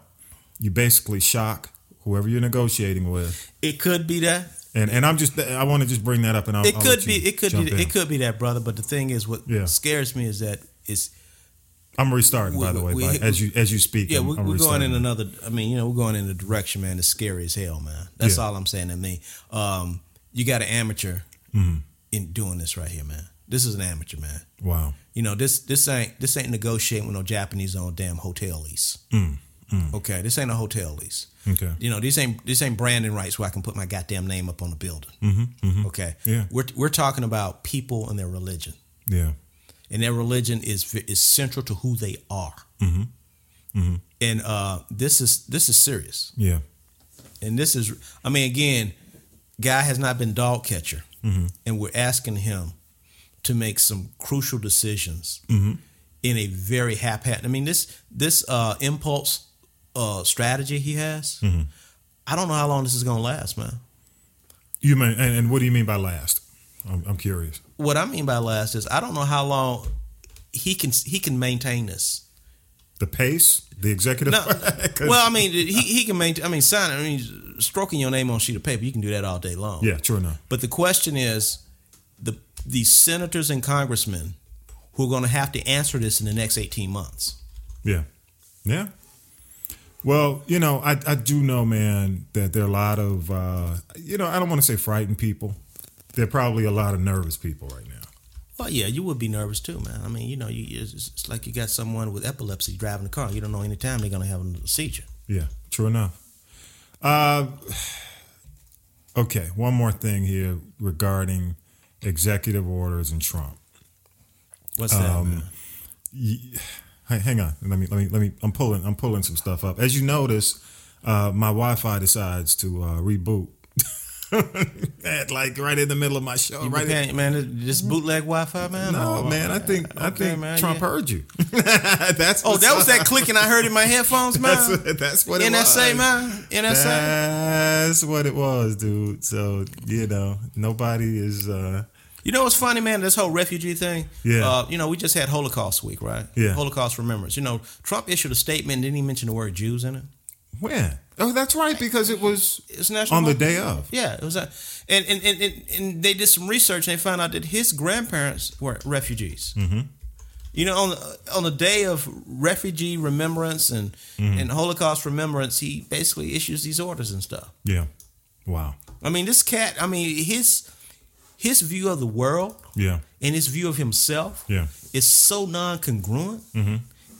Speaker 2: you basically shock whoever you're negotiating with.
Speaker 3: It could be that.
Speaker 2: And and I'm just I want to just bring that up and I'll,
Speaker 3: It
Speaker 2: I'll
Speaker 3: could
Speaker 2: let
Speaker 3: be.
Speaker 2: you
Speaker 3: It could be.
Speaker 2: jump in.
Speaker 3: It could be that, brother. But the thing is, what
Speaker 2: Yeah.
Speaker 3: scares me is that it's
Speaker 2: I'm restarting by
Speaker 3: We-
Speaker 2: the way.
Speaker 3: we-
Speaker 2: but as you as you speak,
Speaker 3: yeah,
Speaker 2: I'm,
Speaker 3: we're,
Speaker 2: I'm
Speaker 3: we're going
Speaker 2: restarting.
Speaker 3: in another. I mean, you know, we're going in a direction, man. It's scary as hell, man. That's
Speaker 2: Yeah.
Speaker 3: all I'm saying. I mean, um, you got an amateur in doing this right here, man. This is an amateur, man.
Speaker 2: Mm-hmm. Wow.
Speaker 3: You know this this ain't this ain't negotiating with no Japanese on damn hotel lease.
Speaker 2: Mm-hmm.
Speaker 3: Okay, this ain't a hotel lease.
Speaker 2: Okay.
Speaker 3: You know this ain't this ain't branding rights where I can put my goddamn name up on the building.
Speaker 2: Mm-hmm.
Speaker 3: Okay.
Speaker 2: Yeah.
Speaker 3: We're we're talking about people and their religion,
Speaker 2: Yeah.
Speaker 3: and their religion is is central to who they are.
Speaker 2: Mm-hmm.
Speaker 3: And uh, this is this is serious.
Speaker 2: Yeah.
Speaker 3: And this is, I mean, again, guy has not been dog catcher, and we're asking him to make some crucial decisions in a very haphazard. I mean, this this uh, impulse uh, strategy he has. I don't know how long this is going to last, man.
Speaker 2: You mean, and, and what do you mean by last? I'm, I'm curious.
Speaker 3: What I mean by last is I don't know how long he can he can maintain this.
Speaker 2: The pace, the executive.
Speaker 3: No,
Speaker 2: *laughs* 'Cause-
Speaker 3: well, I mean, he, he can maintain. I mean, signing. I mean, stroking your name on a sheet of paper, you can do that all day long.
Speaker 2: yeah, true enough.
Speaker 3: But the question is, the the senators and congressmen who are going to have to answer this in the next eighteen months.
Speaker 2: Yeah, yeah. Well, you know, I, I do know, man, that there are a lot of, uh, you know, I don't want to say frightened people. There are probably a lot of nervous people right now.
Speaker 3: Well, yeah, you would be nervous too, man. I mean, you know, you, it's, it's like you got someone with epilepsy driving the car. You don't know any time they're gonna have a seizure.
Speaker 2: Yeah, true enough. Uh, *sighs* okay, one more thing here regarding executive orders and Trump.
Speaker 3: What's that? man?
Speaker 2: Ye- hey, hang on, let me let me let me. I'm pulling I'm pulling some stuff up. As you notice, uh, my Wi-Fi decides to uh, reboot. *laughs* At, like right in the middle of my show,
Speaker 3: You
Speaker 2: right. Mm-hmm.
Speaker 3: can't- man, this bootleg Wi-Fi, man.
Speaker 2: no,
Speaker 3: Oh,
Speaker 2: man, I think I
Speaker 3: Okay,
Speaker 2: think
Speaker 3: man,
Speaker 2: Trump
Speaker 3: yeah.
Speaker 2: heard
Speaker 3: *laughs*
Speaker 2: you. that's
Speaker 3: Oh, that
Speaker 2: what's
Speaker 3: was that
Speaker 2: up. *laughs*
Speaker 3: clicking I heard in my headphones, man.
Speaker 2: That's what, that's what it
Speaker 3: NSA,
Speaker 2: was.
Speaker 3: man. NSA.
Speaker 2: That's what it was, dude. So you know, nobody is. uh
Speaker 3: You know what's funny, man? This whole refugee thing.
Speaker 2: Yeah.
Speaker 3: Uh, you know, we just had Holocaust week, right?
Speaker 2: Yeah.
Speaker 3: Holocaust remembrance. You know, Trump issued a statement and didn't even mention the word Jews in it.
Speaker 2: When? Oh, that's right, because it was
Speaker 3: It's national
Speaker 2: on the
Speaker 3: Holocaust-
Speaker 2: day of.
Speaker 3: Yeah, it was a, and, and, and, and, and they did some research and they found out that his grandparents were refugees. Mm-hmm. You know, on the, on the day of refugee remembrance and,
Speaker 2: Mm-hmm.
Speaker 3: and Holocaust remembrance, he basically issues these orders and stuff.
Speaker 2: Yeah. Wow.
Speaker 3: I mean, this cat. I mean, his his view of the world
Speaker 2: Yeah.
Speaker 3: and his view of himself
Speaker 2: Yeah. Mm-hmm.
Speaker 3: is so non congruent.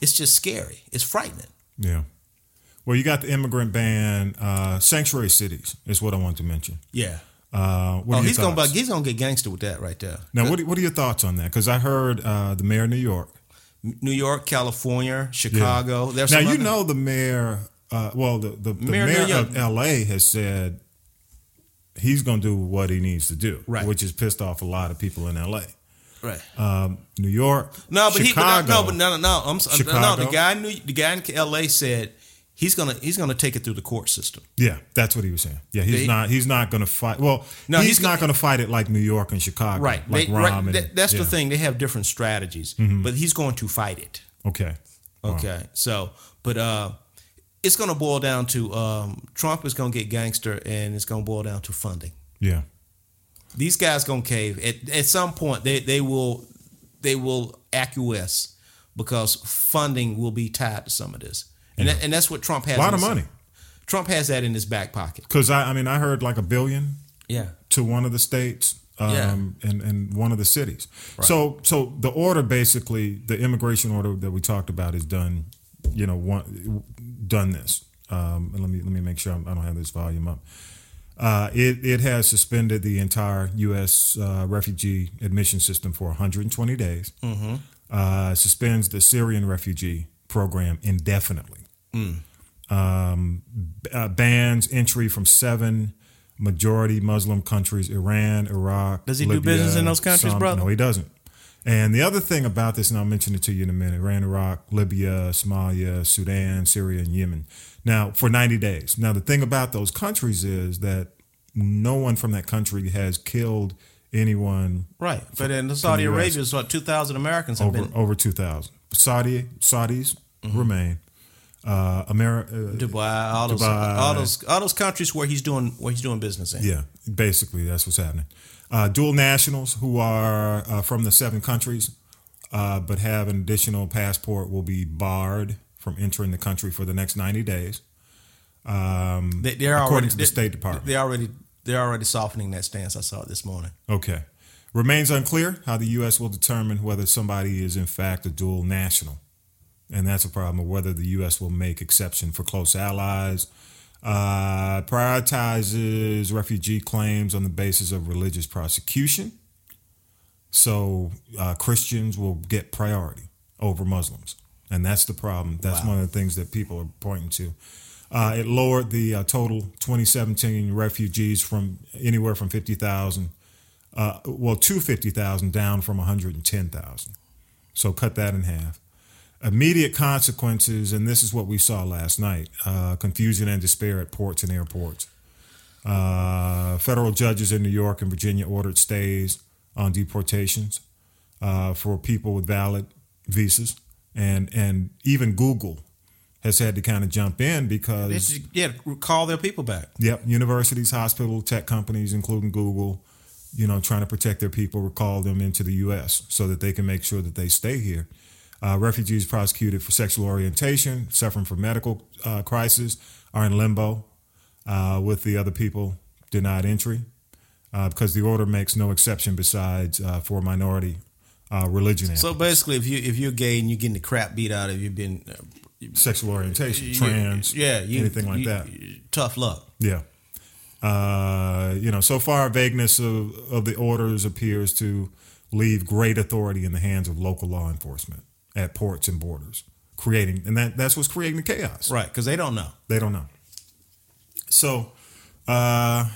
Speaker 3: It's just scary. It's frightening.
Speaker 2: Yeah. Well, you got the immigrant ban, uh, sanctuary cities is what I wanted to mention.
Speaker 3: Yeah.
Speaker 2: Uh, what
Speaker 3: Oh,
Speaker 2: are your
Speaker 3: he's gonna
Speaker 2: thoughts?
Speaker 3: bu- he's gonna get gangster with that right there.
Speaker 2: now, what, are- what are your thoughts on that? Because I heard uh, the mayor of New York.
Speaker 3: New York, California,
Speaker 2: Yeah.
Speaker 3: Chicago. There's
Speaker 2: now
Speaker 3: some
Speaker 2: you
Speaker 3: other-
Speaker 2: know the mayor. Uh, well, the the, the
Speaker 3: Mayor
Speaker 2: mayor,
Speaker 3: of New
Speaker 2: of L.A. has said he's going to do what he needs to do,
Speaker 3: Right.
Speaker 2: which has pissed off a lot of people in L.A.
Speaker 3: right.
Speaker 2: Um, New York,
Speaker 3: No, but he
Speaker 2: Chicago,
Speaker 3: but no, no, but no, no, no. I'm sorry. No, the
Speaker 2: Chicago.
Speaker 3: guy knew the guy in L.A. said he's gonna he's gonna take it through the court system.
Speaker 2: yeah, that's what he was saying. Yeah, he's
Speaker 3: They-
Speaker 2: not he's not going to fight. Well,
Speaker 3: No,
Speaker 2: he's,
Speaker 3: he's
Speaker 2: not going to fight it like New York and Chicago,
Speaker 3: Right.
Speaker 2: Like
Speaker 3: They-
Speaker 2: Rahm
Speaker 3: right.
Speaker 2: and-
Speaker 3: That- that's
Speaker 2: yeah. Mm-hmm.
Speaker 3: the thing. They have different strategies, but he's going to fight it.
Speaker 2: Okay,
Speaker 3: Okay. So, but uh, it's going to boil down to um, Trump is going to get gangster, and it's going to boil down to funding.
Speaker 2: yeah,
Speaker 3: These guys going to cave at at some point. They they will they will acquiesce because funding will be tied to some of this, and that, and that's what Trump has.
Speaker 2: a lot
Speaker 3: in
Speaker 2: of
Speaker 3: his-
Speaker 2: money.
Speaker 3: Trump has that in his back pocket.
Speaker 2: Because I, I mean, I heard like a billion
Speaker 3: Yeah.
Speaker 2: to one of the states um, and, and one of the cities. So so the order basically the immigration order that we talked about is done. You know, one done this. Um, and let me let me make sure I'm, I don't have this volume up. Uh, it it has suspended the entire U.S. Uh, refugee admission system for 120 days. Uh, suspends the Syrian refugee program indefinitely uh, bans entry from seven majority Muslim countries: Iran, Iraq.
Speaker 3: Does he do business in those countries, brother?
Speaker 2: No, he doesn't. And the other thing about this, and I'll mention it to you in a minute: Iran, Iraq, Libya, Somalia, Sudan, Syria, and Yemen. Now, for ninety days. Now, the thing about those countries is that no one from that country has killed anyone
Speaker 3: Right. But in Saudi
Speaker 2: US.
Speaker 3: Arabia, it's what two thousand Americans have
Speaker 2: over
Speaker 3: been Mm-hmm.
Speaker 2: over two thousand. Saudi Saudis remain. Uh, America,
Speaker 3: Dubai, all those,
Speaker 2: Dubai.
Speaker 3: all those, all those countries where he's doing where he's doing business in.
Speaker 2: Yeah, basically that's what's happening. Uh, dual nationals who are uh, from the seven countries uh, but have an additional passport will be barred from entering the country for the next 90 days.
Speaker 3: They,
Speaker 2: According
Speaker 3: they're already
Speaker 2: to the State Department.
Speaker 3: They already they're already softening that stance. I saw it this morning.
Speaker 2: Okay. Remains unclear how the U.S. will determine whether somebody is in fact a dual national. And that's a problem of whether the U.S. will make exception for close allies. Uh, prioritizes refugee claims on the basis of religious prosecution. So uh, Christians will get priority over Muslims. And that's the problem. That's one of the things that people are pointing to. Uh, it lowered the uh, total 2017 refugees from anywhere from 50,000 uh, well, two fifty thousand down from one hundred and ten thousand. So cut that in half. Immediate consequences, and this is what we saw last night: uh, confusion and despair at ports and airports. Uh, federal judges in New York and Virginia ordered stays on deportations uh, for people with valid visas, and and even Google has had to kind of jump in because
Speaker 3: They should- yeah, call their people back.
Speaker 2: Yep, universities, hospital, tech companies, including Google, you know, trying to protect their people, recall them into the U.S. so that they can make sure that they stay here. Uh, refugees prosecuted for sexual orientation, suffering from medical uh, crisis, are in limbo uh, with the other people denied entry uh, because the order makes no exception besides uh, for minority uh, religion is.
Speaker 3: So basically, if you if you're gay and you're getting the crap beat out of you, being uh,
Speaker 2: sexual orientation,
Speaker 3: you-
Speaker 2: trans,
Speaker 3: yeah, you,
Speaker 2: anything like
Speaker 3: you-
Speaker 2: that.
Speaker 3: tough luck.
Speaker 2: Yeah. Uh, you know, so far vagueness of, of the orders appears to leave great authority in the hands of local law enforcement at ports and borders, creating and that, that's what's creating the chaos.
Speaker 3: Right, because they don't know.
Speaker 2: They don't know. So uh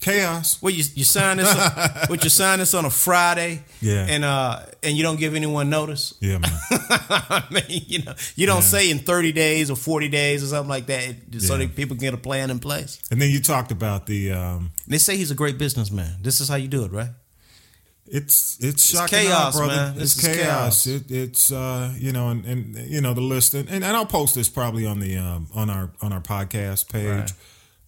Speaker 2: chaos.
Speaker 3: Well, you you sign this,
Speaker 2: *laughs*
Speaker 3: on, what you sign this on a Friday,
Speaker 2: Yeah.
Speaker 3: and uh, and you don't give anyone notice. *laughs*
Speaker 2: Yeah, man.
Speaker 3: I mean, you know, you don't say in thirty days or forty days or something like that, it- so
Speaker 2: Yeah.
Speaker 3: that people can get a plan in place.
Speaker 2: and then you talked about the um
Speaker 3: They say he's a great businessman. This is how you do it, right?
Speaker 2: it's it's shocking out,
Speaker 3: chaos,
Speaker 2: brother.
Speaker 3: man.
Speaker 2: It's
Speaker 3: This is
Speaker 2: chaos.
Speaker 3: chaos.
Speaker 2: It, it's uh, you know, and, and you know the list, and, and, and I'll post this probably on the um, on our on our podcast page.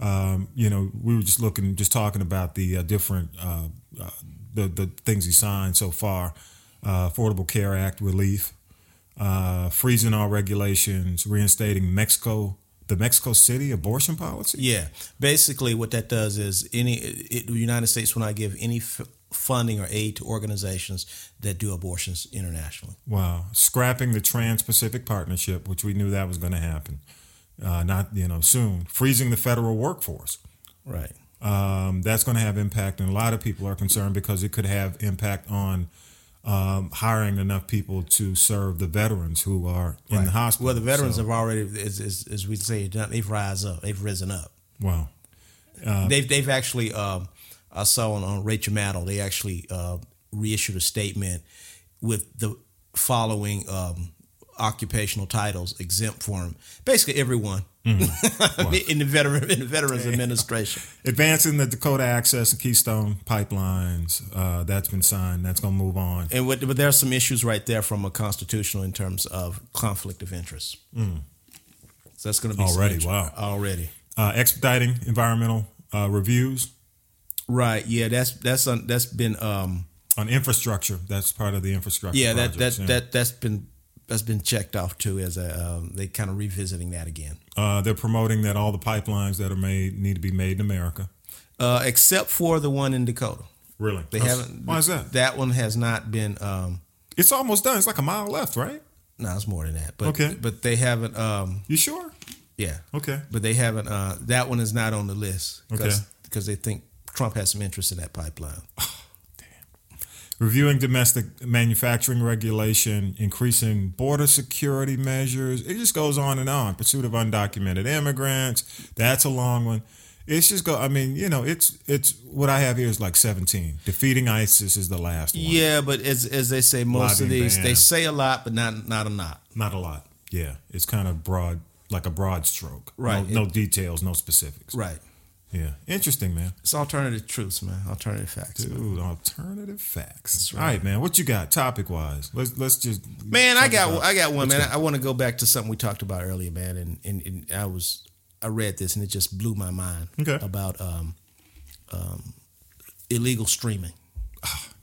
Speaker 2: Um, you know, we were just looking, just talking about the uh, different uh, uh, the the things he signed so far: uh, Affordable Care Act relief, uh, freezing all regulations, reinstating Mexico the Mexico City abortion policy.
Speaker 3: Yeah. Basically, what that does is any it, the United States will not give any f- funding or aid to organizations that do abortions internationally.
Speaker 2: Wow, scrapping the Trans-Pacific Partnership, which we knew that was going to happen, uh, not you know soon. Freezing the federal workforce.
Speaker 3: Right.
Speaker 2: Um, that's going to have impact, and a lot of people are concerned because it could have impact on um, hiring enough people to serve the veterans who are in the hospital.
Speaker 3: Well, the veterans
Speaker 2: So,
Speaker 3: have already, as, as, as we say, done- they've rise up. They've risen up.
Speaker 2: wow,
Speaker 3: they've they've actually um, I saw on, on Rachel Maddow they actually uh, reissued a statement with the following um, occupational titles exempt from basically everyone *laughs* in the veteran in the Veterans Administration.
Speaker 2: advancing the Dakota Access and Keystone pipelines. Uh, that's been signed. That's going to move on.
Speaker 3: And what, but there are some issues right there from a constitutional in terms of conflict of interest. So that's going to be some
Speaker 2: Mm. Already,
Speaker 3: interest-
Speaker 2: wow.
Speaker 3: already.
Speaker 2: Uh, expediting environmental uh, reviews
Speaker 3: Right, yeah, that's that's un, that's been um,
Speaker 2: on infrastructure. That's part of the infrastructure.
Speaker 3: yeah that that,
Speaker 2: projects, yeah.
Speaker 3: that that's been that's been checked off too as a um, they kind of revisiting that again
Speaker 2: Uh, they're promoting that all the pipelines that are made need to be made in America.
Speaker 3: uh, except for the one in dakota
Speaker 2: Really?
Speaker 3: they
Speaker 2: That's-
Speaker 3: haven't
Speaker 2: Why is that?
Speaker 3: that one has not been um
Speaker 2: It's almost done. It's like a mile left, right?
Speaker 3: no it's more than that but
Speaker 2: Okay.
Speaker 3: but they haven't um
Speaker 2: You sure?
Speaker 3: yeah
Speaker 2: Okay.
Speaker 3: but they haven't uh that one is not on the list
Speaker 2: Okay.
Speaker 3: because they think trump has some interest in that pipeline
Speaker 2: Reviewing domestic manufacturing regulation, increasing border security measures. It just goes on and on. Pursuit of undocumented immigrants. That's a long one. It's just go. I mean, you know, it's it's what I have here is like seventeen. Defeating ISIS is the last one.
Speaker 3: yeah but as as they say most of
Speaker 2: Lobbying
Speaker 3: these they
Speaker 2: ban.
Speaker 3: say a lot but not not a lot
Speaker 2: Not a lot. Yeah, it's kind of broad, like a broad stroke.
Speaker 3: Right.
Speaker 2: No, no details, no specifics.
Speaker 3: right
Speaker 2: Yeah. Interesting, man.
Speaker 3: it's alternative truths man alternative facts man.
Speaker 2: Dude, alternative facts. All right, man. What you got topic wise? Let's let's just
Speaker 3: Man, I
Speaker 2: talk
Speaker 3: got
Speaker 2: about-
Speaker 3: I got one,
Speaker 2: Let's
Speaker 3: man.
Speaker 2: go.
Speaker 3: I, want to go back to something we talked about earlier, man. And, and and I was I read this and it just blew my mind
Speaker 2: Okay.
Speaker 3: about um, um, illegal streaming.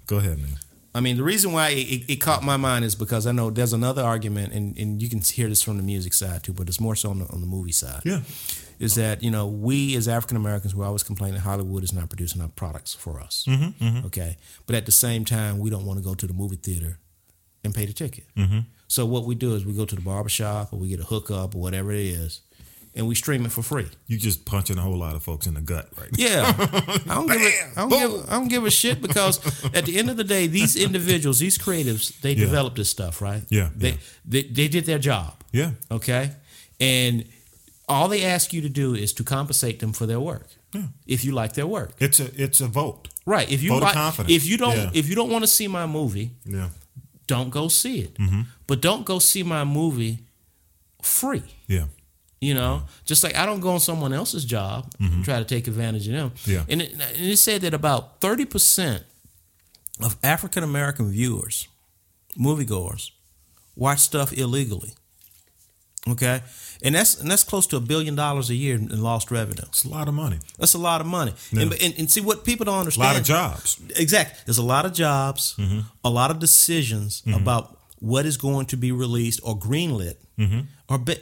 Speaker 2: Go ahead, man.
Speaker 3: I mean, the reason why it, it caught my mind is because I know there's another argument, and, and you can hear this from the music side too, but it's more so on the, on the movie side.
Speaker 2: Yeah.
Speaker 3: Is that, you know, we as African Americans, we always complain that Hollywood is not producing our products for us. Okay. But at the same time, we don't want to go to the movie theater and pay the ticket. So what we do is we go to the barbershop or we get a hookup or whatever it is, and we stream it for free.
Speaker 2: You just punching a whole lot of folks in the gut right now.
Speaker 3: Yeah, I don't give a, I don't give I don't give a
Speaker 2: *laughs*
Speaker 3: shit because at the end of the day, these individuals, these creatives, they
Speaker 2: Yeah.
Speaker 3: developed this stuff, right?
Speaker 2: Yeah,
Speaker 3: they,
Speaker 2: yeah.
Speaker 3: they they did their job.
Speaker 2: Yeah.
Speaker 3: Okay, and all they ask you to do is to compensate them for their work. Yeah. If you like their work,
Speaker 2: It's a it's a vote.
Speaker 3: right? If you
Speaker 2: Vote of
Speaker 3: like,
Speaker 2: confidence.
Speaker 3: if you don't,
Speaker 2: Yeah.
Speaker 3: if you don't want to see my movie,
Speaker 2: Yeah.
Speaker 3: don't go see it.
Speaker 2: Mm-hmm.
Speaker 3: But don't go see my movie free.
Speaker 2: Yeah.
Speaker 3: You know, just like I don't go on someone else's job and try to take advantage of them.
Speaker 2: Mm-hmm. Yeah.
Speaker 3: And it, and it said that about 30% of African American viewers, moviegoers, watch stuff illegally. Okay. And that's and that's close to a billion dollars a year in in lost revenue.
Speaker 2: It's a lot of money.
Speaker 3: That's a lot of money. And, and, and see what people don't
Speaker 2: A
Speaker 3: understand.
Speaker 2: lot of jobs.
Speaker 3: Exactly. There's a lot of jobs,
Speaker 2: Mm-hmm.
Speaker 3: a lot of decisions about what is going to be released or greenlit.
Speaker 2: Mm-hmm.
Speaker 3: Or be,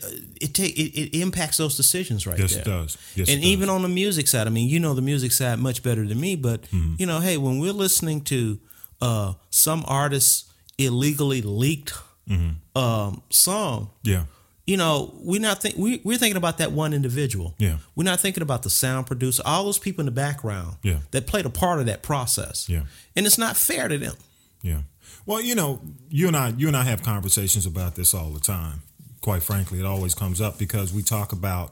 Speaker 3: it, ta- it it impacts those decisions right
Speaker 2: Yes,
Speaker 3: there.
Speaker 2: it does. Yes,
Speaker 3: and
Speaker 2: it does.
Speaker 3: even on the
Speaker 2: Mm-hmm.
Speaker 3: music side, I mean, you know the music side much better than me, but you know, hey, when we're listening to Uh, some artists illegally leaked
Speaker 2: Mm-hmm.
Speaker 3: um, song.
Speaker 2: Yeah.
Speaker 3: You know, we're not think we, we're thinking about that one individual.
Speaker 2: Yeah.
Speaker 3: We're not thinking about the sound producer, all those people in the background
Speaker 2: Yeah.
Speaker 3: that played a part of that process.
Speaker 2: Yeah.
Speaker 3: And it's not fair to them.
Speaker 2: Yeah. Well, you know, you and I, you and I have conversations about this all the time. Quite frankly, it always comes up because we talk about,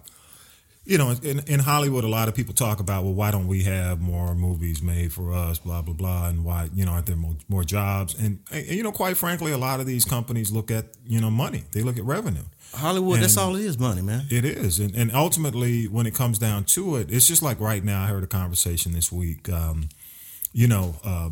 Speaker 2: you know, in, in Hollywood, a lot of people talk about, well, why don't we have more movies made for us, blah blah blah, and why, you know, aren't there more, more jobs? And, and you know, quite frankly, a lot of these companies look at, you know, money. They look at revenue.
Speaker 3: Hollywood, that's
Speaker 2: And-
Speaker 3: all it is, money, man.
Speaker 2: It is, and, and ultimately, when it comes down to it, it's just like right now. I heard a conversation this week. Um, you know, uh,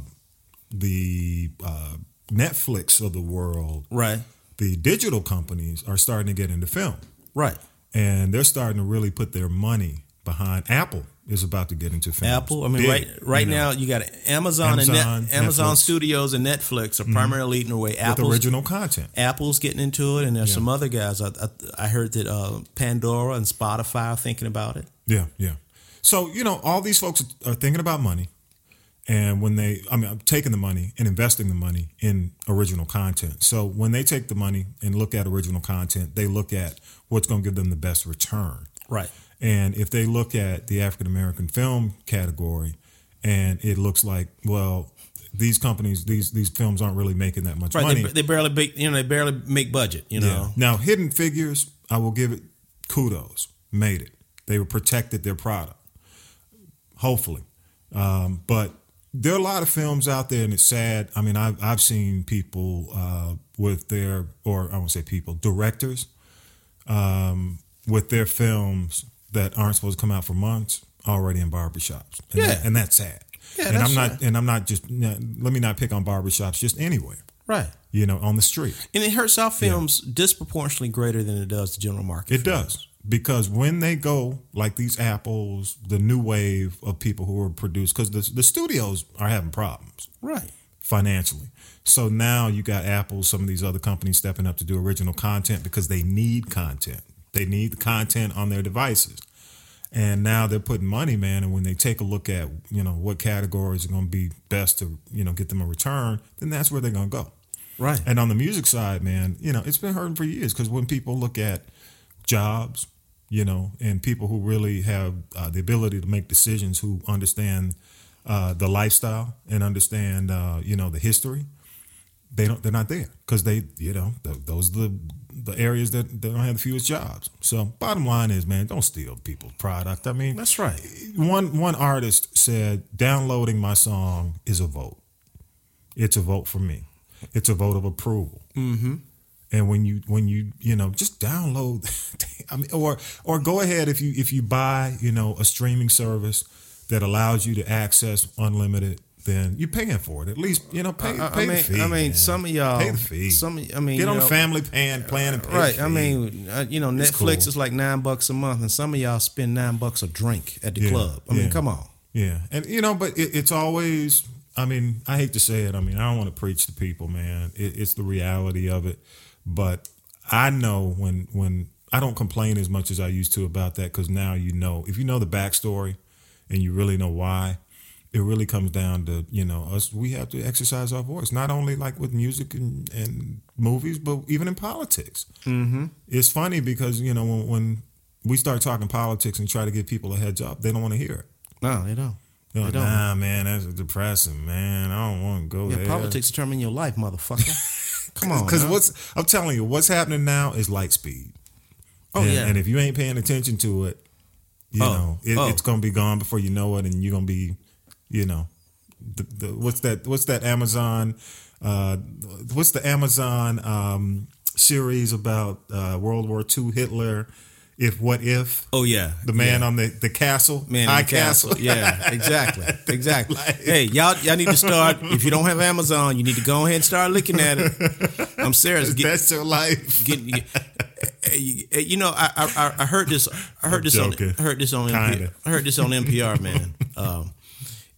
Speaker 2: the uh, Netflix of the world,
Speaker 3: Right.
Speaker 2: the digital companies are starting to get into film,
Speaker 3: Right.
Speaker 2: and they're starting to really put their money behind. Apple is about to get into film.
Speaker 3: Apple. I mean,
Speaker 2: Big,
Speaker 3: right right
Speaker 2: you know,
Speaker 3: now you got Amazon, and
Speaker 2: Amazon,
Speaker 3: Net, Amazon
Speaker 2: Netflix. Mm-hmm.
Speaker 3: Studios and Netflix are primarily leading the way.
Speaker 2: with
Speaker 3: Apple's,
Speaker 2: original content.
Speaker 3: Apple's getting into it, and there's some other guys. I, I, I heard that uh, Pandora and Spotify are thinking about it.
Speaker 2: Yeah, yeah. So you know, all these folks are thinking about money, and when they, I mean, I'm taking the money and investing the money in original content. So when they take the money and look at original content, they look at what's going to give them the best return.
Speaker 3: Right.
Speaker 2: And if they look at the African American film category, and it looks like, well, these companies, these these films aren't really making that much
Speaker 3: Right.
Speaker 2: money.
Speaker 3: They, they barely make, you know they barely make budget. You know.
Speaker 2: Now, Hidden Figures, I will give it kudos. Made it. They protected their product, hopefully. Um, but there are a lot of films out there, and it's sad. I mean, I've, I've seen people uh, with their, or I won't say people, directors um, with their films that aren't supposed to come out for months already in barbershops. And
Speaker 3: Yeah.
Speaker 2: that- and that's sad.
Speaker 3: Yeah,
Speaker 2: and
Speaker 3: that's
Speaker 2: I'm not,
Speaker 3: sad.
Speaker 2: and I'm not just. Let me not pick on barbershops, just anywhere,
Speaker 3: Right.
Speaker 2: you know, on the street.
Speaker 3: And it hurts our films disproportionately greater than it does the general market.
Speaker 2: It does because when they go like these apples, the new wave of people who are produced because the the studios are having problems
Speaker 3: Right.
Speaker 2: financially. So now you got Apple, some of these other companies stepping up to do original content because they need content. They need the content on their devices. And now they're putting money, man. And when they take a look at, you know, what categories are going to be best to, you know, get them a return, then that's where they're going to go.
Speaker 3: Right.
Speaker 2: And on the music side, man, you know, it's been hurting for years because when people look at jobs, you know, and people who really have uh, the ability to make decisions, who understand uh, the lifestyle and understand, uh, you know, the history, they don't. They're not there because they, you know, th- those are the the areas that, that don't have the fewest jobs. So, bottom line is, man, don't steal people's product. I mean,
Speaker 3: That's right.
Speaker 2: one one artist said downloading my song is a vote. It's a vote for me. It's a vote of approval. Mm-hmm. And when you when you you know just download, *laughs* I mean, or or go ahead if you if you buy you know a streaming service that allows you to access unlimited, then you're paying for it. At least you know pay,
Speaker 3: I- I
Speaker 2: pay the
Speaker 3: mean-
Speaker 2: fee.
Speaker 3: I mean,
Speaker 2: man.
Speaker 3: some of y'all-
Speaker 2: pay the fee.
Speaker 3: some of- I mean,
Speaker 2: get
Speaker 3: you
Speaker 2: on
Speaker 3: know-
Speaker 2: the family plan plan and pay the
Speaker 3: Right. I
Speaker 2: fee.
Speaker 3: mean, uh, you know,
Speaker 2: It's
Speaker 3: Netflix
Speaker 2: cool.
Speaker 3: is like nine bucks a month, and some of y'all spend nine bucks a drink at the
Speaker 2: Yeah,
Speaker 3: club. I mean,
Speaker 2: yeah.
Speaker 3: come on.
Speaker 2: Yeah, and you know, but it, it's always. I mean, I hate to say it. I mean, I don't want to preach to people, man. It, it's the reality of it. But I know when when I don't complain as much as I used to about that because now you know if you know the backstory and you really know why. It really comes down to you know us. We have to exercise our voice, not only like with music and, and movies, but even in politics it's funny because you know when, when we start talking politics and try to give people a heads up, they don't want to hear it.
Speaker 3: No, they don't.
Speaker 2: They're like,
Speaker 3: don't.
Speaker 2: Oh, nah, man, that's depressing, man. I don't want to go
Speaker 3: Yeah,
Speaker 2: there.
Speaker 3: politics determine your life,
Speaker 2: *laughs*
Speaker 3: motherfucker. Come on.
Speaker 2: because
Speaker 3: dog.
Speaker 2: what's I'm telling you, what's happening now is light speed.
Speaker 3: Oh,
Speaker 2: and,
Speaker 3: yeah.
Speaker 2: and if you ain't paying attention to it, you
Speaker 3: Oh,
Speaker 2: know it,
Speaker 3: oh.
Speaker 2: it's gonna be gone before you know it, and you're gonna be, you know, the, the, what's that? What's that Amazon? Uh, what's the Amazon um, series about uh, World War II Hitler? If what if?
Speaker 3: Oh yeah,
Speaker 2: the man on the, the castle,
Speaker 3: man
Speaker 2: high
Speaker 3: in the castle.
Speaker 2: castle. *laughs*
Speaker 3: Yeah, exactly, exactly. hey, y'all, y'all need to start. If you don't have Amazon, you need to go ahead and start looking at it. I'm serious. Get,
Speaker 2: That's your life.
Speaker 3: get, you- you know, I, I I heard this. I heard this on.
Speaker 2: joking.
Speaker 3: I heard this on. NPR,
Speaker 2: Kinda.
Speaker 3: I heard this on NPR, man. Um,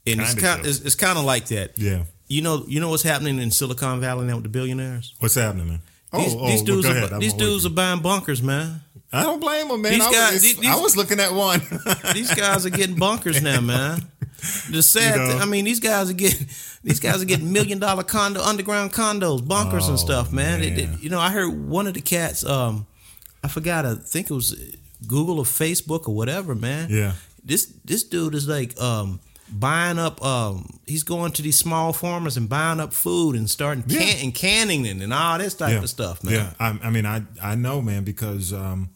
Speaker 3: and
Speaker 2: Kinda
Speaker 3: it's kind.
Speaker 2: joking.
Speaker 3: It's, it's kind of like that.
Speaker 2: Yeah.
Speaker 3: You know. You know what's happening in Silicon Valley now with the billionaires.
Speaker 2: What's happening, man?
Speaker 3: These,
Speaker 2: oh,
Speaker 3: these
Speaker 2: oh,
Speaker 3: dudes,
Speaker 2: go
Speaker 3: are,
Speaker 2: ahead. I'm
Speaker 3: these
Speaker 2: awake.
Speaker 3: dudes are buying bunkers, man.
Speaker 2: I don't blame them, man.
Speaker 3: These
Speaker 2: I,
Speaker 3: guys-
Speaker 2: was, *laughs*
Speaker 3: these-
Speaker 2: I was looking at one. *laughs*
Speaker 3: These guys are getting bunkers now, man. The sad,
Speaker 2: You know?
Speaker 3: thing, I mean, these guys are getting these guys are getting million dollar condo, underground condos, bunkers and
Speaker 2: Oh,
Speaker 3: stuff, man. It-
Speaker 2: man.
Speaker 3: it- you know, I heard one of the cats, um, I forgot, I think it was Google or Facebook or whatever, man.
Speaker 2: Yeah.
Speaker 3: This this dude is like um, buying up. Um, he's going to these small farmers and buying up food and starting can-
Speaker 2: Yeah.
Speaker 3: and canning it and all this type of stuff, man.
Speaker 2: Yeah, I, I mean, I I know, man, because um,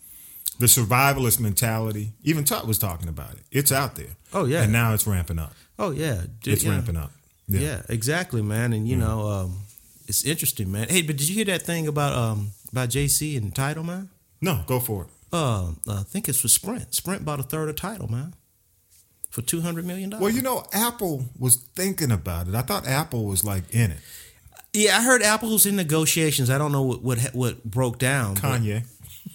Speaker 2: the survivalist mentality. Even Tut was talking about it. It's out there.
Speaker 3: Oh, yeah.
Speaker 2: and now it's ramping up.
Speaker 3: Oh yeah, dude,
Speaker 2: It's
Speaker 3: yeah.
Speaker 2: ramping up.
Speaker 3: Yeah. exactly, man. And you know, um, it's interesting, man. Hey, but did you hear that thing about um about JC and title, man?
Speaker 2: No, go for it.
Speaker 3: Uh, I think it's for Sprint. Sprint bought a third of title, man, for two hundred million dollars.
Speaker 2: Well, you know, Apple was thinking about it. I thought Apple was like in it.
Speaker 3: yeah, I heard Apple was in negotiations. I don't know what what, what broke down. but-
Speaker 2: Kanye,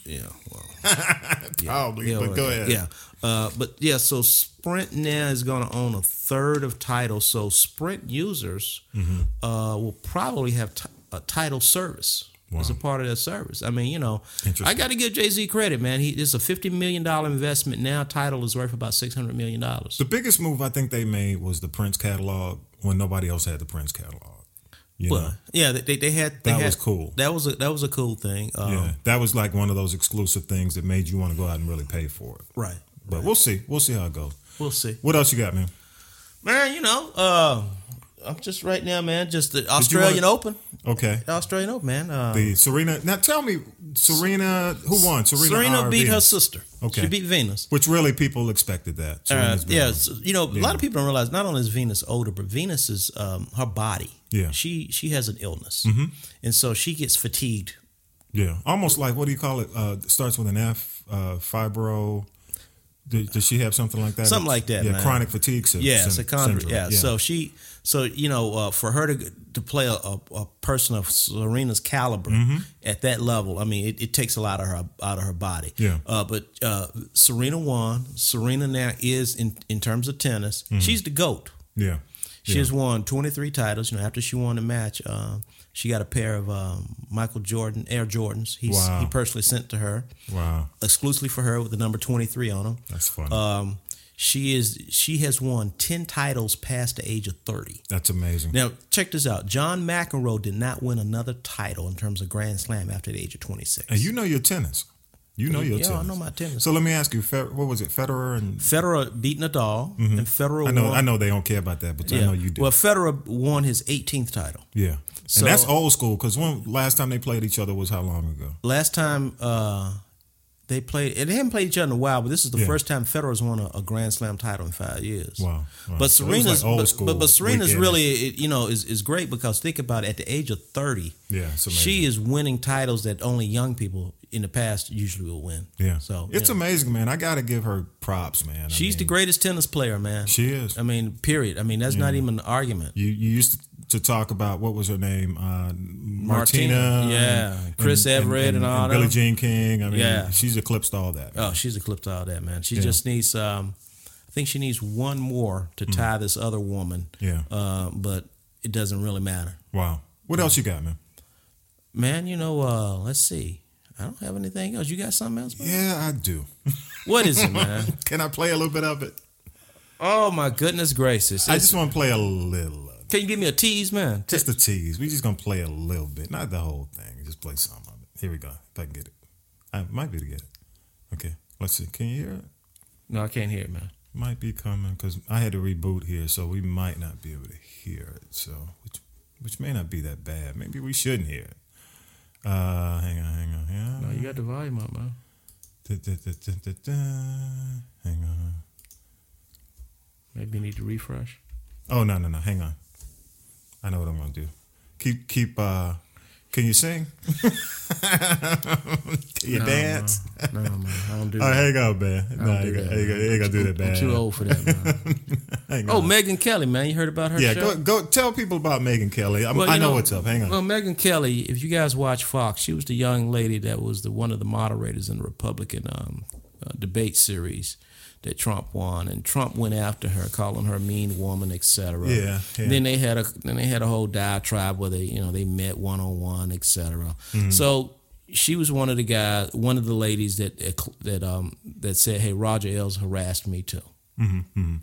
Speaker 3: yeah, well,
Speaker 2: probably.
Speaker 3: yeah,
Speaker 2: but go ahead.
Speaker 3: Yeah, uh, but yeah, so Sprint now is going to own a third of title. So Sprint users
Speaker 2: Mm-hmm.
Speaker 3: uh, will probably have t- a title service. As a
Speaker 2: Wow.
Speaker 3: part of their service, I mean, you know, I
Speaker 2: Interesting.
Speaker 3: got to give Jay Z credit, man. He it's a fifty million dollar investment now. Title is worth about six hundred million dollars.
Speaker 2: The biggest move I think they made was the Prince catalog when nobody else had the Prince catalog. You know,
Speaker 3: Well, yeah, they, they had they
Speaker 2: That
Speaker 3: had-
Speaker 2: was cool.
Speaker 3: That was a that was a cool thing. Um,
Speaker 2: yeah, that was like one of those exclusive things that made you want to go out and really pay for it.
Speaker 3: right.
Speaker 2: But we'll see. We'll see how it goes.
Speaker 3: We'll see,
Speaker 2: What else you got, man?
Speaker 3: man. You know, uh, I'm just right now, man. Just the
Speaker 2: you wanna-
Speaker 3: Australian Open,
Speaker 2: Okay.
Speaker 3: Australian Open, man. Uh,
Speaker 2: The Serena. Now tell me, Serena, who won? Serena,
Speaker 3: Serena,
Speaker 2: or
Speaker 3: beat her
Speaker 2: Venus?
Speaker 3: sister.
Speaker 2: Okay.
Speaker 3: She beat Venus.
Speaker 2: Which really people expected that.
Speaker 3: Uh,
Speaker 2: Serena's
Speaker 3: yeah,
Speaker 2: Venus.
Speaker 3: so, you know, a lot of people don't realize not only is Venus older, but Venus is um, her body.
Speaker 2: Yeah. Mm-hmm.
Speaker 3: She she has an illness, and so she gets fatigued.
Speaker 2: Yeah. Almost like what do you call it? Uh, starts with an F. Uh, fibro. Does, does she have something like that?
Speaker 3: Something like that,
Speaker 2: Yeah.
Speaker 3: man.
Speaker 2: Chronic fatigue sy-
Speaker 3: Yeah,
Speaker 2: syn-
Speaker 3: Secondary.
Speaker 2: syndrome.
Speaker 3: Yeah. So she so you know uh, for her to to play a, a, a person of Serena's caliber
Speaker 2: Mm-hmm.
Speaker 3: at that level, I mean, it, it takes a lot of her out of her body.
Speaker 2: Yeah.
Speaker 3: Uh, but uh, Serena won. Serena now is in in terms of tennis,
Speaker 2: Mm-hmm.
Speaker 3: she's the goat.
Speaker 2: yeah.
Speaker 3: She has won 23 titles. You know, after she won the match, um, she got a pair of um, Michael Jordan Air Jordans. He's,
Speaker 2: Wow.
Speaker 3: He personally sent to her
Speaker 2: Wow.
Speaker 3: exclusively for her with the number 23 on them.
Speaker 2: That's funny.
Speaker 3: Um, she is she has won 10 titles past the age of 30.
Speaker 2: That's amazing.
Speaker 3: Now check this out. John McEnroe did not win another title in terms of Grand Slam after the age of 26.
Speaker 2: and you know your tennis. You know your
Speaker 3: Yeah, I
Speaker 2: tennis.
Speaker 3: know my tennis.
Speaker 2: So let me ask you, Fer- what was it? Federer and
Speaker 3: Federer beat Nadal, and Federer
Speaker 2: Mm-hmm. I know.
Speaker 3: won.
Speaker 2: I know they don't care about that, but I
Speaker 3: Yeah.
Speaker 2: know you do.
Speaker 3: Well, Federer won his 18th title.
Speaker 2: yeah.
Speaker 3: so-
Speaker 2: and that's old school because when last time they played each other was how long ago?
Speaker 3: last time uh, they played, and they haven't played each other in a while, but this is the
Speaker 2: Yeah.
Speaker 3: first time Federer's won a, a Grand Slam title in five years.
Speaker 2: Wow, wow.
Speaker 3: But
Speaker 2: So it was like
Speaker 3: Serena's,
Speaker 2: old
Speaker 3: but-
Speaker 2: school
Speaker 3: but, but, Serena's
Speaker 2: weekend.
Speaker 3: really, it, you know, is, is great because think about it, at the age of 30,
Speaker 2: Yeah, it's amazing.
Speaker 3: she is winning titles that only young people in the past usually will win.
Speaker 2: Yeah.
Speaker 3: So
Speaker 2: it's
Speaker 3: you know,
Speaker 2: amazing, man. I got to give her props, man. I
Speaker 3: She's the
Speaker 2: mean,
Speaker 3: greatest tennis player, man.
Speaker 2: She is.
Speaker 3: I mean, period. I mean, that's not even an argument.
Speaker 2: You you used to talk about what was her name, uh, Martina,
Speaker 3: yeah. Chris Everett and all
Speaker 2: Billie
Speaker 3: them.
Speaker 2: Jean King. I mean,
Speaker 3: Yeah.
Speaker 2: she's eclipsed all that.
Speaker 3: Oh, she's eclipsed all that, man. She just needs. Um, I think she needs one more to tie this other woman.
Speaker 2: Mm. Yeah.
Speaker 3: Uh, but it doesn't really matter,
Speaker 2: Wow. What else you got, man?
Speaker 3: man. You know. Uh, let's see. I don't have anything else. You got something else? Man?
Speaker 2: Yeah, I do. *laughs*
Speaker 3: What is it, *laughs* man?
Speaker 2: Can I play a little bit of it?
Speaker 3: oh my goodness gracious!
Speaker 2: I
Speaker 3: It's-
Speaker 2: just want to play a little. of it.
Speaker 3: can you give me a tease, man?
Speaker 2: Just a tease. We're just gonna play a little bit, not the whole thing. Just play some of it. Here we go. If I can get it, I might be to get it. Okay, let's see. Can you hear it?
Speaker 3: No, I can't hear it, man.
Speaker 2: Might be coming because I had to reboot here, so we might not be able to hear it. So, which which may not be that bad. Maybe we shouldn't hear it. Uh, hang on, hang on, hang on.
Speaker 3: got the volume up, man.
Speaker 2: Da, da, da, da, da, da. Hang on.
Speaker 3: Maybe you need to refresh.
Speaker 2: Oh no, no, no. Hang on. I know what I'm gonna do. Keep, keep. uh Can you sing? *laughs* can you dance?
Speaker 3: *laughs* No, man. I don't do
Speaker 2: *laughs* Oh, hang on, man. No,
Speaker 3: do
Speaker 2: you ain't
Speaker 3: that,
Speaker 2: gonna- you ain't gonna do that, man.
Speaker 3: old for that, *laughs* man.
Speaker 2: *laughs* Hang on.
Speaker 3: oh, Megan Kelly, man. You heard about her?
Speaker 2: yeah.
Speaker 3: show?
Speaker 2: Go, go. Tell people about Megan Kelly. I'm,
Speaker 3: Well,
Speaker 2: I
Speaker 3: you
Speaker 2: know, what's up. Hang on.
Speaker 3: Well, Megan Kelly, if you guys watch Fox, she was the young lady that was the one of the moderators in the Republican um, uh, debate series that Trump won, and Trump went after her, calling her a mean woman, etc.
Speaker 2: Yeah, yeah.
Speaker 3: Then they had a then they had a whole diatribe where they you know they met one on one, etc.
Speaker 2: Mm-hmm.
Speaker 3: So. She was one of the guys, one of the ladies that that um that said, "Hey, Roger Ailes harassed me too."
Speaker 2: Mm-hmm,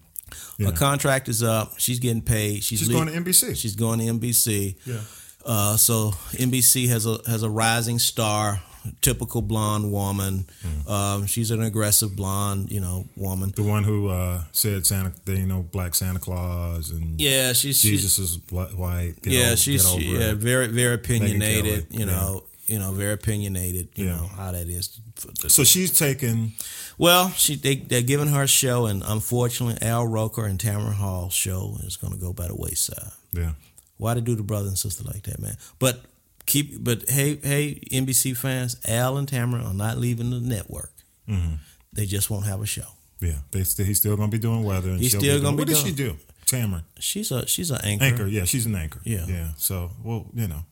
Speaker 2: Yeah.
Speaker 3: Her contract is up. She's getting paid. She's,
Speaker 2: She's
Speaker 3: lea-
Speaker 2: going to NBC.
Speaker 3: She's going to NBC.
Speaker 2: Yeah.
Speaker 3: Uh, so NBC has a has a rising star, typical blonde woman.
Speaker 2: Hmm.
Speaker 3: Um, she's an aggressive blonde, you know, woman.
Speaker 2: the one who uh, said Santa, they, you know, Black Santa Claus and
Speaker 3: Yeah, she's she's,
Speaker 2: Jesus is bla- white. Get
Speaker 3: yeah,
Speaker 2: over-
Speaker 3: she's
Speaker 2: get over
Speaker 3: yeah,
Speaker 2: it.
Speaker 3: very very opinionated.
Speaker 2: Kelly,
Speaker 3: You know, you know, very opinionated. You
Speaker 2: Yeah.
Speaker 3: know how that is. for the-
Speaker 2: So she's taken.
Speaker 3: Well, she they they're giving her a show, and unfortunately, Al Roker and Tamara Hall's show is going to go by the wayside.
Speaker 2: Yeah.
Speaker 3: Why to do the brother and sister like that, man? But keep, but hey, hey, NBC fans, Al and Tamara are not leaving the network.
Speaker 2: Mm-hmm.
Speaker 3: They just won't have a show.
Speaker 2: Yeah, they st- he's still gonna be doing weather. And
Speaker 3: He's
Speaker 2: she'll
Speaker 3: still
Speaker 2: doing-
Speaker 3: gonna be
Speaker 2: What does
Speaker 3: doing-
Speaker 2: she do? Tamron
Speaker 3: She's a she's an anchor.
Speaker 2: anchor. Yeah, she's an anchor.
Speaker 3: Yeah.
Speaker 2: yeah. So well, you know,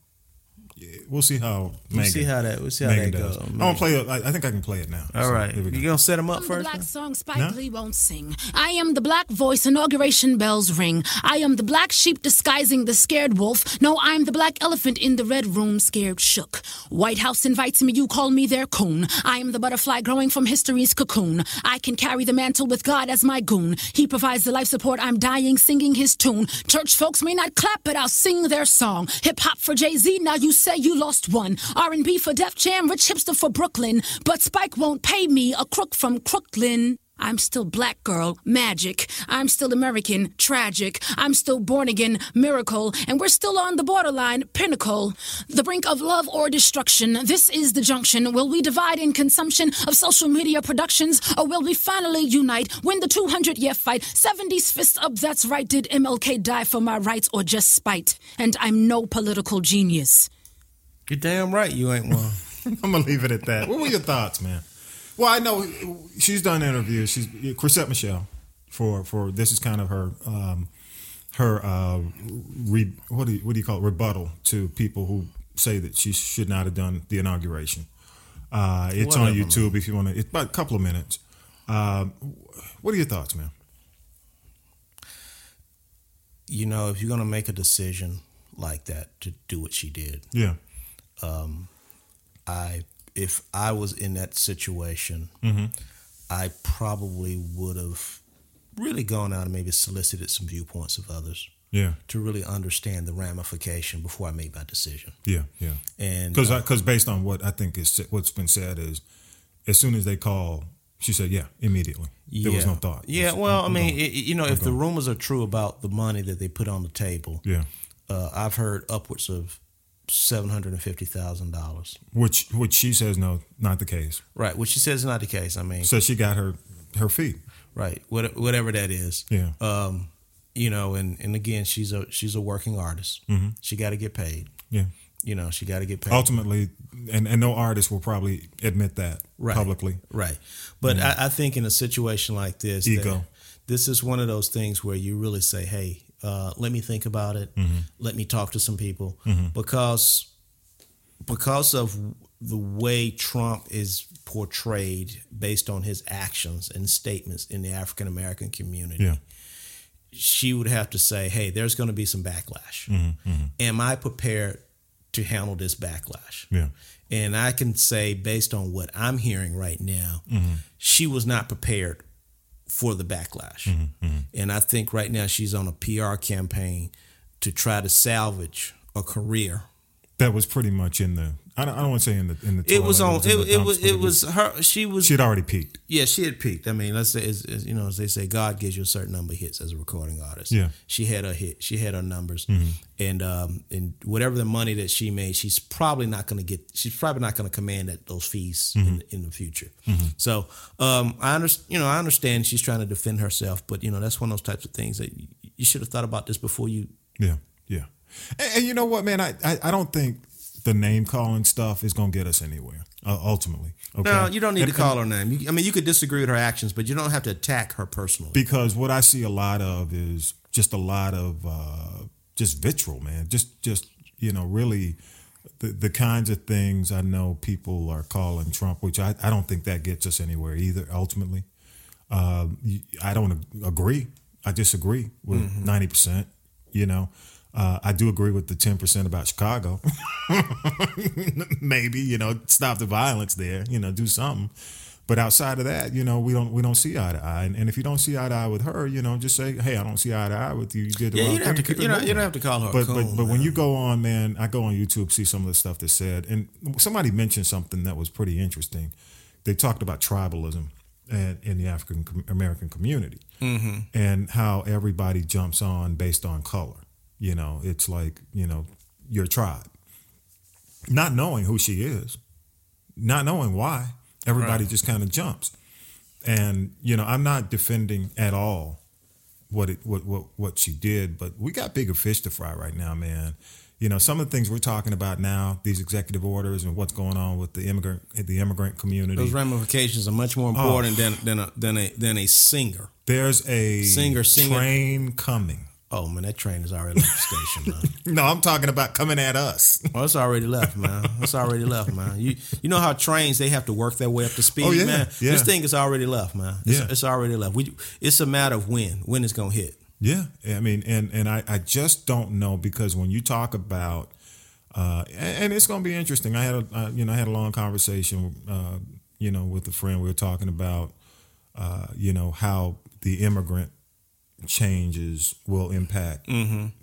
Speaker 2: yeah, we'll see how.
Speaker 3: We'll
Speaker 2: Megan-
Speaker 3: see how that we'll see how
Speaker 2: Megan
Speaker 3: that
Speaker 2: does.
Speaker 3: goes.
Speaker 2: I'm gonna play it. I I think I can play it now.
Speaker 3: All
Speaker 2: So,
Speaker 3: right,
Speaker 2: here we go.
Speaker 3: you gonna set him up
Speaker 5: I'm the
Speaker 3: first?
Speaker 5: black song Spike
Speaker 2: No?
Speaker 5: Lee won't sing. I am the black voice inauguration bells ring. I am the black sheep disguising the scared wolf. No, I'm the black elephant in the red room scared shook. White House invites me, you call me their coon. I am the butterfly growing from history's cocoon. I can carry the mantle with God as my goon. He provides the life support, I'm dying singing his tune. Church folks may not clap, but I'll sing their song. Hip hop for Jay-Z, now you say you lost one. R&B for Def Jam, rich hipster for Brooklyn. But Spike won't pay me, a crook from Crooklyn. I'm still black girl, magic. I'm still American, tragic. I'm still born again, miracle. And we're still on the borderline, pinnacle. The brink of love or destruction. This is the junction. Will we divide in consumption of social media productions? Or will we finally unite, win the 200 year fight? 70s fists up, that's right. Did MLK die for my rights or just spite? And I'm no political genius.
Speaker 3: You're damn right. You ain't one. *laughs*
Speaker 2: I'm gonna leave it at that. What were your thoughts, man? Well, I know she's done interviews. She's Chrisette Michelle for for this is kind of her um, her uh, re, what do you, what do you call it? rebuttal to people who say that she should not have done the inauguration. Uh, it's on
Speaker 3: Whatever,
Speaker 2: YouTube if you want to. It's about a couple of minutes. Um, what are your thoughts, man?
Speaker 3: you know, if you're gonna make a decision like that to do what she did,
Speaker 2: Yeah,
Speaker 3: I if I was in that situation,
Speaker 2: Mm-hmm.
Speaker 3: I probably would have really gone out and maybe solicited some viewpoints of others
Speaker 2: yeah,
Speaker 3: to really understand the ramification before I made my decision.
Speaker 2: yeah, yeah.
Speaker 3: And uh,
Speaker 2: Because because based on what I think is what's been said is, as soon as they call, she said, "Yeah, immediately." There was no thought.
Speaker 3: Yeah,
Speaker 2: It's- uh,
Speaker 3: well, i
Speaker 2: I'm- I'm
Speaker 3: mean,
Speaker 2: going.
Speaker 3: it, you know, if the rumors are true about the money that they put on the table,
Speaker 2: yeah,
Speaker 3: uh, I've heard upwards of seven hundred and fifty thousand dollars.
Speaker 2: which which she says no, not the case.
Speaker 3: Right, which she says is not the case. I mean,
Speaker 2: So she got her her feet.
Speaker 3: right, what, whatever that is.
Speaker 2: Yeah,
Speaker 3: um, you know, and and again, she's a she's a working artist.
Speaker 2: Mm-hmm.
Speaker 3: She got to get paid.
Speaker 2: yeah.
Speaker 3: You know, she got to get paid.
Speaker 2: Ultimately, and and no artist will probably admit that
Speaker 3: Right.
Speaker 2: publicly.
Speaker 3: Right. But I, I think in a situation like this,
Speaker 2: Ego.
Speaker 3: that- this is one of those things where you really say, hey, uh, let me think about it.
Speaker 2: Mm-hmm.
Speaker 3: Let me talk to some people because because of the way Trump is portrayed based on his actions and statements in the African American community.
Speaker 2: Yeah.
Speaker 3: She would have to say, "Hey, there's going to be some backlash.
Speaker 2: Mm-hmm.
Speaker 3: Am I prepared to handle this backlash?"
Speaker 2: Yeah.
Speaker 3: And I can say, based on what I'm hearing right now, she was not prepared for the backlash. And I think right now she's on a PR campaign to try to salvage a career.
Speaker 2: That was pretty much in the. I don't, I don't want to say in the in the.
Speaker 3: It was on.
Speaker 2: toilet, in
Speaker 3: It,
Speaker 2: the
Speaker 3: it
Speaker 2: dumps,
Speaker 3: was.
Speaker 2: but
Speaker 3: It was her. She was.
Speaker 2: She had already peaked.
Speaker 3: yeah, she had peaked. I mean, let's say, is, is, you know, as they say, God gives you a certain number of hits as a recording artist.
Speaker 2: Yeah.
Speaker 3: she had her hit. She had her numbers, and um, and whatever the money that she made, she's probably not going to get. She's probably not going to command that those fees in, in the future. So, um, I understand. You know, I understand she's trying to defend herself, but you know, that's one of those types of things that you, you should have thought about this before you.
Speaker 2: Yeah, yeah. And, and you know what, man? I, I, I don't think the name calling stuff is going to get us anywhere, uh, ultimately. Okay?
Speaker 3: No, you don't need
Speaker 2: And-
Speaker 3: to call her name. You, I mean, you could disagree with her actions, but you don't have to attack her personally.
Speaker 2: because what I see a lot of is just a lot of uh, just vitriol, man. Just just you know, really the, the kinds of things I know people are calling Trump, which I, I don't think that gets us anywhere either. Ultimately, um, you- I don't ag- agree. I disagree with
Speaker 3: Mm-hmm.
Speaker 2: 90 percent. You know, uh, I do agree with the ten percent about Chicago. *laughs* Maybe you know, stop the violence there. You know, do something. But outside of that, you know, we don't we don't see eye to eye. And, and if you don't see eye to eye with her, you know, just say, hey, I don't see eye to eye with you. You did the
Speaker 3: Yeah,
Speaker 2: wrong
Speaker 3: you don't
Speaker 2: thing.
Speaker 3: have to.
Speaker 2: Keep it
Speaker 3: You don't, you
Speaker 2: moving.
Speaker 3: don't have to call her.
Speaker 2: But,
Speaker 3: cool,
Speaker 2: but but
Speaker 3: man.
Speaker 2: when you go on, man, I go on YouTube see some of the stuff that's said, and somebody mentioned something that was pretty interesting. They talked about tribalism and in the African com- American community,
Speaker 3: Mm-hmm.
Speaker 2: and how everybody jumps on based on color. You know, it's like you know your tribe, not knowing who she is, not knowing why. Everybody just kind of jumps, and you know, I'm not defending at all what it what what what she did, but we got bigger fish to fry right now, man. You know, some of the things we're talking about now, these executive orders and what's going on with the immigrant the immigrant community.
Speaker 3: those ramifications are much more important than than a, than a than a singer.
Speaker 2: There's a
Speaker 3: Singer, singer.
Speaker 2: train coming.
Speaker 3: Oh man, that train is already left the station, man.
Speaker 2: No, I'm talking about coming at us.
Speaker 3: Well, it's already left, man. It's already left, man. You you know how trains they have to work their way up to speed,
Speaker 2: Oh, yeah,
Speaker 3: man.
Speaker 2: yeah.
Speaker 3: This thing is already left, man. It's,
Speaker 2: Yeah.
Speaker 3: it's already left. We it's a matter of when when it's gonna hit.
Speaker 2: Yeah, I mean, and and I, I just don't know because when you talk about, uh, and, and it's going to be interesting. I had a uh, you know I had a long conversation, uh, you know, with a friend. We were talking about, uh, you know, how the immigrant changes will impact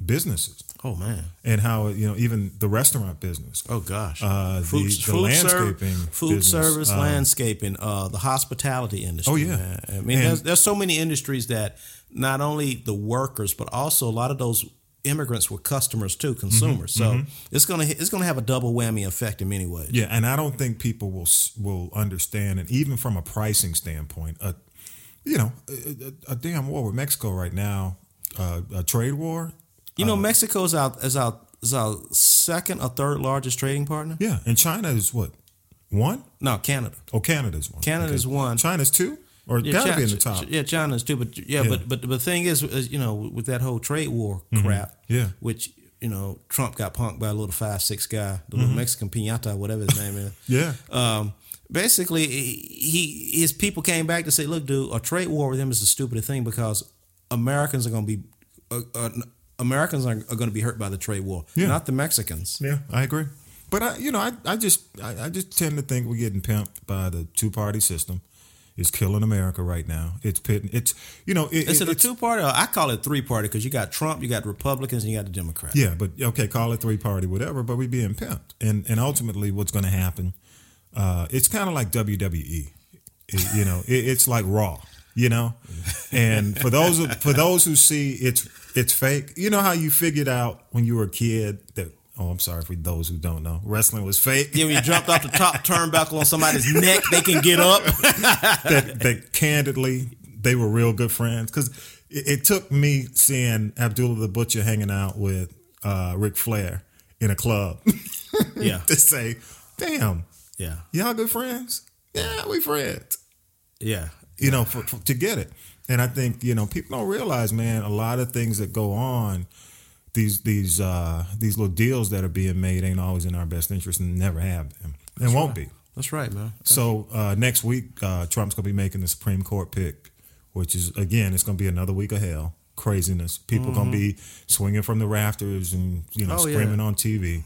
Speaker 2: businesses
Speaker 3: Oh man.
Speaker 2: and how you know even the restaurant business.
Speaker 3: Oh gosh.
Speaker 2: Uh, the- the landscaping
Speaker 3: food
Speaker 2: business,
Speaker 3: service,
Speaker 2: uh,
Speaker 3: landscaping, uh, the hospitality industry.
Speaker 2: Oh, yeah.
Speaker 3: man. I mean,
Speaker 2: And-
Speaker 3: there's there's so many industries that not only the workers, but also a lot of those immigrants were customers too, consumers.
Speaker 2: Mm-hmm.
Speaker 3: so it's gonna hit- it's gonna have a double whammy effect in many ways.
Speaker 2: Yeah, and I don't think people will s- will understand, and even from a pricing standpoint, a you know a, a, a damn war with Mexico right now, uh, a trade war.
Speaker 3: You know, Mexico's out is our is our second or third largest trading partner.
Speaker 2: Yeah, and China is what one?
Speaker 3: No, Canada.
Speaker 2: Oh, Canada's one.
Speaker 3: Canada's one.
Speaker 2: China's two, or gotta
Speaker 3: Chi-
Speaker 2: be in the top.
Speaker 3: Yeah, China's too. But yeah,
Speaker 2: Yeah. Mm-hmm.
Speaker 3: but but the thing is, is, you know, with that whole trade war crap.
Speaker 2: Yeah.
Speaker 3: Which you know, Trump got punked by a little five six guy, the little Mexican pinata, whatever his name is.
Speaker 2: Mm-hmm. *laughs* Yeah.
Speaker 3: Um, basically, he he- his people came back to say, "Look, dude, a trade war with them is the stupidest thing because Americans are going to be uh, uh, Americans are, are going to be hurt by the trade war,
Speaker 2: Yeah.
Speaker 3: not the Mexicans."
Speaker 2: Yeah, I agree. But I, you know, I, I just, I, I just tend to think we're getting pimped by the two party system. It's killing America right now. It's pitting. It's, you know, it,
Speaker 3: Is
Speaker 2: it-
Speaker 3: it a
Speaker 2: it's-
Speaker 3: two party? I call it three party because you got Trump, you got Republicans, and you got the Democrats.
Speaker 2: Yeah, but okay, call it three party, whatever. But we being pimped, and and ultimately, what's going to happen? Uh, it's kind of like WWE, It- you know. It, it's like Raw, you know. And for those who- for those who see it's it's fake. You know how you figured out when you were a kid that oh, I'm sorry for those who don't know, wrestling was fake.
Speaker 3: Yeah, when you jumped off the top turnbuckle on somebody's neck, they can get up.
Speaker 2: that that candidly they were real good friends because it, it took me seeing Abdullah the Butcher hanging out with uh, Ric Flair in a club. *laughs*
Speaker 3: Yeah,
Speaker 2: to say, damn,
Speaker 3: yeah,
Speaker 2: y'all good friends? Yeah, we friends.
Speaker 3: yeah.
Speaker 2: You know, for, for, to get it. And I think you know people don't realize, man, a lot of things that go on. These these uh, these little deals that are being made ain't always in our best interest, and never have been, and won't be.
Speaker 3: That's right, man.
Speaker 2: So uh, next week, uh, Trump's gonna be making the Supreme Court pick, which is again, it's gonna be another week of hell, craziness. People gonna be swinging from the rafters and you know
Speaker 3: Mm-hmm. Oh, yeah.
Speaker 2: screaming on TV.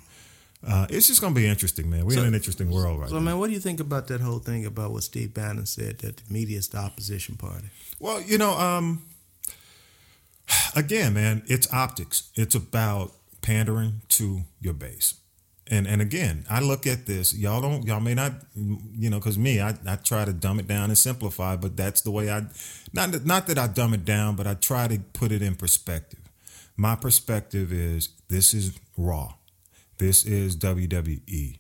Speaker 2: Uh, it's just gonna be interesting, man. We're in an interesting world right
Speaker 3: So,
Speaker 2: now.
Speaker 3: man, what do you think about that whole thing about what Steve Bannon said that the media is the opposition party?
Speaker 2: Well, you know, um, again, man, it's optics. It's about pandering to your base. And and again, I look at this. Y'all don't. Y'all may not. You know, because me, I, I try to dumb it down and simplify. But that's the way I. Not that, not that I dumb it down, but I try to put it in perspective. My perspective is this is raw. This is WWE.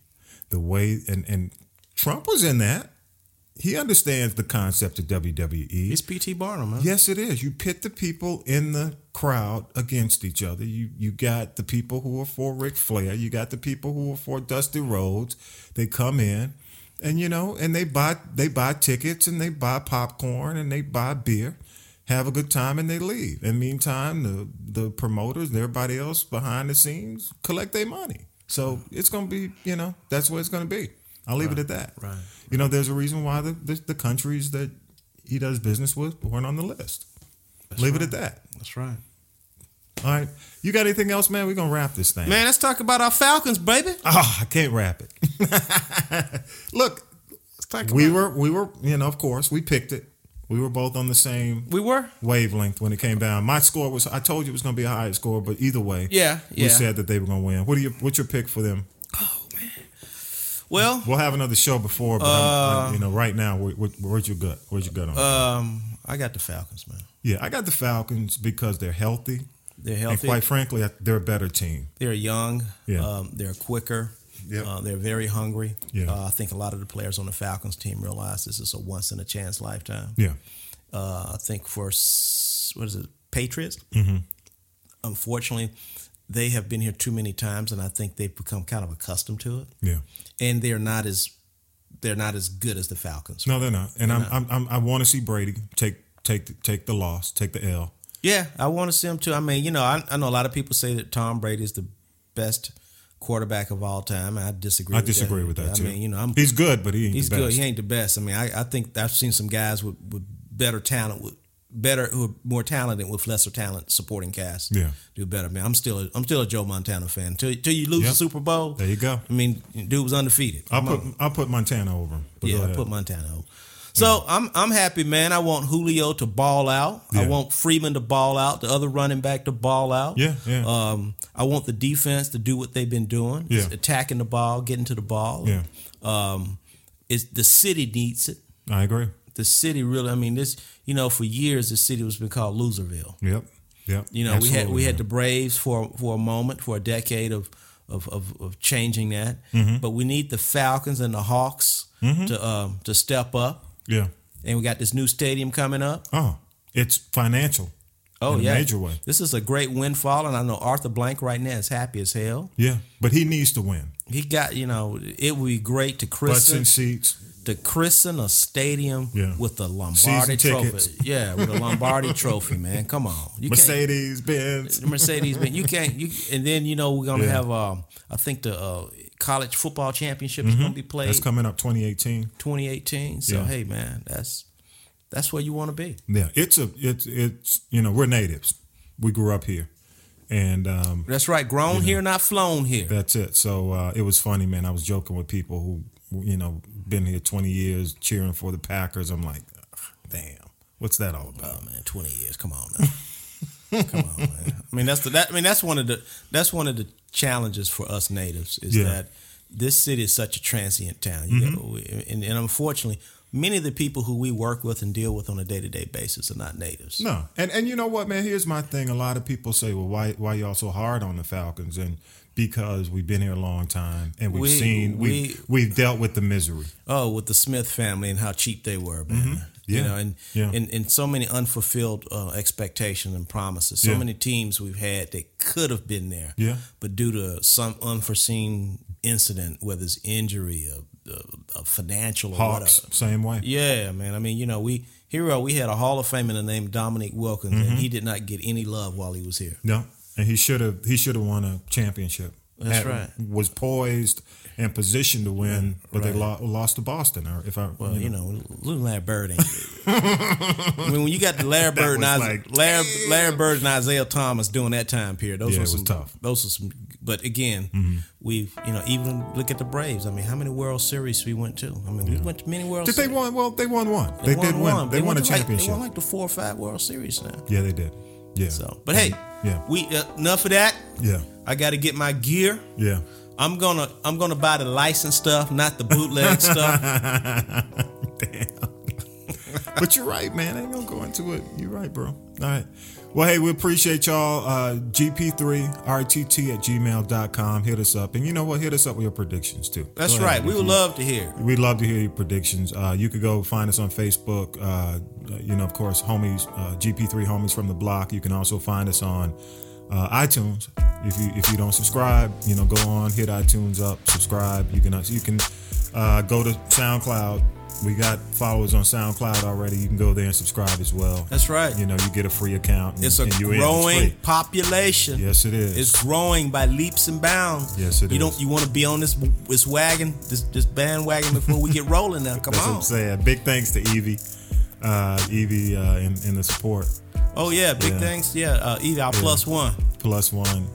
Speaker 2: The way and and Trump was in that. He understands the concept of E. WWE.
Speaker 3: It's PT Barnum, man.
Speaker 2: Yes, it is. You pit the people in the crowd against each other. You you got the people who are for Ric Flair. You got the people who are for Dusty Rhodes. They come in, and you know, and they buy they buy tickets and they buy popcorn and they buy beer, have a good time, and they leave. And meantime, the the promoters and everybody else behind the scenes collect their money. So it's gonna be you know that's what it's gonna be. I'll leave it at that.
Speaker 3: right,
Speaker 2: You know, there's a reason why the, the the countries that he does business with weren't on the list. Leave it at that.
Speaker 3: That's right.
Speaker 2: All right. You got anything else, man? We're gonna wrap this thing.
Speaker 3: Man, let's
Speaker 2: Ah,
Speaker 3: talk about our Falcons, baby.
Speaker 2: Oh, I can't wrap it. Look,
Speaker 3: Think
Speaker 2: we
Speaker 3: about it.
Speaker 2: were we were you know of course we picked it. We were both on the same
Speaker 3: We were.
Speaker 2: wavelength when it came down. My score was I told you it was going to be a higher score, but either way,
Speaker 3: Yeah,
Speaker 2: we
Speaker 3: yeah.
Speaker 2: said that they were going to win. What do you what's your pick for them?
Speaker 3: Well,
Speaker 2: We'll have another show before, but I'm, I- you know, right now, where, where, where's your gut? Where's your gut on?
Speaker 3: um, I got the Falcons, man.
Speaker 2: yeah, I got the Falcons because they're healthy,
Speaker 3: They're
Speaker 2: and
Speaker 3: healthy.
Speaker 2: quite frankly, I- they're a better team.
Speaker 3: They're young.
Speaker 2: Yeah.
Speaker 3: Um, they're quicker.
Speaker 2: Yep.
Speaker 3: Uh, they're very hungry.
Speaker 2: Yeah.
Speaker 3: Uh, I think a lot of the players on the Falcons team realize this is a once in a chance lifetime.
Speaker 2: Yeah,
Speaker 3: Uh, I think for s- what is it, Patriots?
Speaker 2: Mm-hmm.
Speaker 3: Unfortunately, they have been here too many times, and I think they've become kind of accustomed to it.
Speaker 2: yeah.
Speaker 3: And they're not as they're not as good as the Falcons.
Speaker 2: No, they're not. And I'm, I'm, I'm, I want to see Brady take take the, take the loss, take the L.
Speaker 3: Yeah, I want to see him too. I mean, you know, I, I know a lot of people say that Tom Brady is the best quarterback of all time. and I disagree.
Speaker 2: I
Speaker 3: with
Speaker 2: disagree with that
Speaker 3: I
Speaker 2: too.
Speaker 3: mean, you know, I'm,
Speaker 2: he's good, but he ain't
Speaker 3: he's
Speaker 2: the
Speaker 3: good.
Speaker 2: best.
Speaker 3: He ain't the best. I mean, I, I think I've seen some guys with, with better talent, with better who are more talented with lesser talent supporting cast.
Speaker 2: Yeah.
Speaker 3: do better. Man, I'm still a, I'm still a Joe Montana fan. Till, till you lose
Speaker 2: Yep.
Speaker 3: the Super Bowl,
Speaker 2: There you go.
Speaker 3: I mean, dude was undefeated.
Speaker 2: I'll
Speaker 3: Come
Speaker 2: put
Speaker 3: on.
Speaker 2: I'll put Montana over him. But go
Speaker 3: Yeah, I
Speaker 2: ahead.
Speaker 3: put Montana over. So I'm I'm happy, man. I want Julio to ball out. I
Speaker 2: Yeah.
Speaker 3: want Freeman to ball out. The other running back to ball out.
Speaker 2: Yeah, yeah.
Speaker 3: Um, I want the defense to do what they've been doing.
Speaker 2: Yeah.
Speaker 3: It's attacking the ball, getting to the ball.
Speaker 2: Yeah.
Speaker 3: Um, it's the city needs it.
Speaker 2: I agree.
Speaker 3: The city really. I mean, this. You know, for years the city was been called Loserville.
Speaker 2: Yep, yep.
Speaker 3: You know, we had we had
Speaker 2: Absolutely,
Speaker 3: the Braves for for a moment, for a decade of of of, of changing that.
Speaker 2: Mm-hmm.
Speaker 3: But we need the Falcons and the Hawks to um, to step up.
Speaker 2: man. Yeah.
Speaker 3: And we got this new stadium coming up.
Speaker 2: Oh, it's financial.
Speaker 3: Oh
Speaker 2: in
Speaker 3: yeah,
Speaker 2: a major way.
Speaker 3: This is a great windfall, and I know Arthur Blank right now is happy as hell.
Speaker 2: Yeah, but he needs to win.
Speaker 3: He got you know it would be great to
Speaker 2: Butts
Speaker 3: christen
Speaker 2: in seats.
Speaker 3: to christen a stadium
Speaker 2: Yeah.
Speaker 3: with a
Speaker 2: Season
Speaker 3: Lombardi trophy.
Speaker 2: tickets.
Speaker 3: Yeah, with a
Speaker 2: *laughs*
Speaker 3: Lombardi trophy, man. Come on, you can't-
Speaker 2: Mercedes Benz.
Speaker 3: Mercedes Benz.
Speaker 2: *laughs*
Speaker 3: You can't. You and then you know we're gonna
Speaker 2: Yeah.
Speaker 3: have. Um, I think the uh, college football championship is gonna be played
Speaker 2: Mm-hmm. That's coming up 2018.
Speaker 3: 2018. So
Speaker 2: Yeah.
Speaker 3: hey, man, that's that's where you want to be.
Speaker 2: Yeah, it's a it's it's you know we're natives. We grew up here, and um,
Speaker 3: That's right. Grown here, not flown here.
Speaker 2: that's it. So uh, it was funny, man. I was joking with people who you know been here 20 years cheering for the Packers. I'm like, "Ugh, damn, what's that all about?
Speaker 3: Oh man, 20 years. Come on now.
Speaker 2: *laughs*
Speaker 3: Come on, man. I mean that's the that I mean that's one of the that's one of the challenges for us natives is
Speaker 2: Yeah. Mm-hmm.
Speaker 3: that this city is such a transient town. You know, we- and, and unfortunately, many of the people who we work with and deal with on a day to day basis are not natives.
Speaker 2: No, and and you know what, man? Here's my thing. A lot of people say, "Well, why why y'all so hard on the Falcons?" And because we've been here a long time, and we've
Speaker 3: We-
Speaker 2: seen we we've dealt with the misery.
Speaker 3: Oh, with the Smith family and how cheap they were, man. You
Speaker 2: Mm-hmm. Yeah.
Speaker 3: know, and,
Speaker 2: Yeah.
Speaker 3: and and so many unfulfilled uh, expectations and promises. So
Speaker 2: Yeah.
Speaker 3: many teams we've had that could have been there,
Speaker 2: Yeah.
Speaker 3: but due to some unforeseen incident, whether it's injury or uh, a financial or
Speaker 2: Hawks,
Speaker 3: whatever.
Speaker 2: same way.
Speaker 3: Yeah, man. I mean, you know, we hero. We had a Hall of Fame in the name Dominic Wilkins,
Speaker 2: Mm-hmm.
Speaker 3: and he did not get any love while he was here.
Speaker 2: No, and he should have he should have won a championship. Had-
Speaker 3: That's right.
Speaker 2: Was poised and positioned to win, but they
Speaker 3: Right.
Speaker 2: lo- lost to Boston. Or if I
Speaker 3: Well, you know, little Larry Bird ain't.
Speaker 2: *laughs*
Speaker 3: I mean, when you got the Larry Bird and
Speaker 2: was
Speaker 3: Isaiah,
Speaker 2: like,
Speaker 3: Larry, Larry Bird and Isaiah Thomas during that time period, those
Speaker 2: Yeah,
Speaker 3: were
Speaker 2: it was
Speaker 3: some
Speaker 2: tough. Mm-hmm.
Speaker 3: Those were some, but again, we've you know even look at the Braves. I mean, how many World Series we went to? I mean, we went to many World.
Speaker 2: did they
Speaker 3: Series.
Speaker 2: won? Well, they won one. They,
Speaker 3: won
Speaker 2: did win.
Speaker 3: one.
Speaker 2: They, won a
Speaker 3: went to like-
Speaker 2: championship.
Speaker 3: they won like the four or five World Series now.
Speaker 2: yeah, they did. Yeah.
Speaker 3: So, but hey,
Speaker 2: Yeah.
Speaker 3: we uh, enough of that.
Speaker 2: Yeah.
Speaker 3: I got to get my gear.
Speaker 2: Yeah.
Speaker 3: I'm gonna I'm gonna buy the licensed stuff, not the bootleg stuff.
Speaker 2: *laughs* Damn. but you're right, man. I ain't gonna go into it. You're right, bro. All right. Well, hey, we appreciate y'all. Uh, GP3RTT at gmail.com. Hit us up. And you know what? Hit us up with your predictions, too.
Speaker 3: That's
Speaker 2: Go ahead, Mm-hmm.
Speaker 3: right. We
Speaker 2: if
Speaker 3: would
Speaker 2: you-
Speaker 3: love to hear.
Speaker 2: We'd love to hear your predictions. Uh, you could go find us on Facebook. Uh, you know, of course, homies, uh, GP3 homies from the block. You can also find us on uh, iTunes. If you if you don't subscribe, you know, go on, hit iTunes up, subscribe. You can you can uh, go to SoundCloud. We got followers on SoundCloud already. You can go there and subscribe as well.
Speaker 3: That's right.
Speaker 2: You know, you get a free account. and-
Speaker 3: It's a
Speaker 2: and you in. It's
Speaker 3: growing
Speaker 2: free.
Speaker 3: population.
Speaker 2: Yes, it is.
Speaker 3: It's growing by leaps and bounds.
Speaker 2: Yes, it
Speaker 3: you
Speaker 2: is.
Speaker 3: don't. You want to be on this this wagon, this this bandwagon before we
Speaker 2: *laughs*
Speaker 3: get rolling. Now, come
Speaker 2: That's what
Speaker 3: on.
Speaker 2: I'm saying. Big thanks to Evie, uh, Evie, uh, and, and the support.
Speaker 3: Oh yeah, big
Speaker 2: Yeah.
Speaker 3: thanks. Yeah, uh, either our plus one.
Speaker 2: plus one.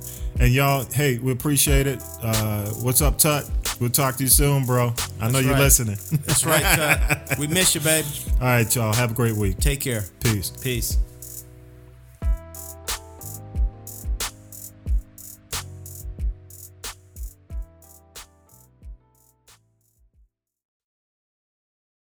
Speaker 2: And y'all, hey, we appreciate it. Uh, what's up, Tut? We'll talk to you soon, bro. I know you're
Speaker 3: right.
Speaker 2: listening. *laughs*
Speaker 3: That's right, Cut. we miss you, babe.
Speaker 2: All right, y'all. Have a great week.
Speaker 3: Take care.
Speaker 2: Peace.
Speaker 3: Peace.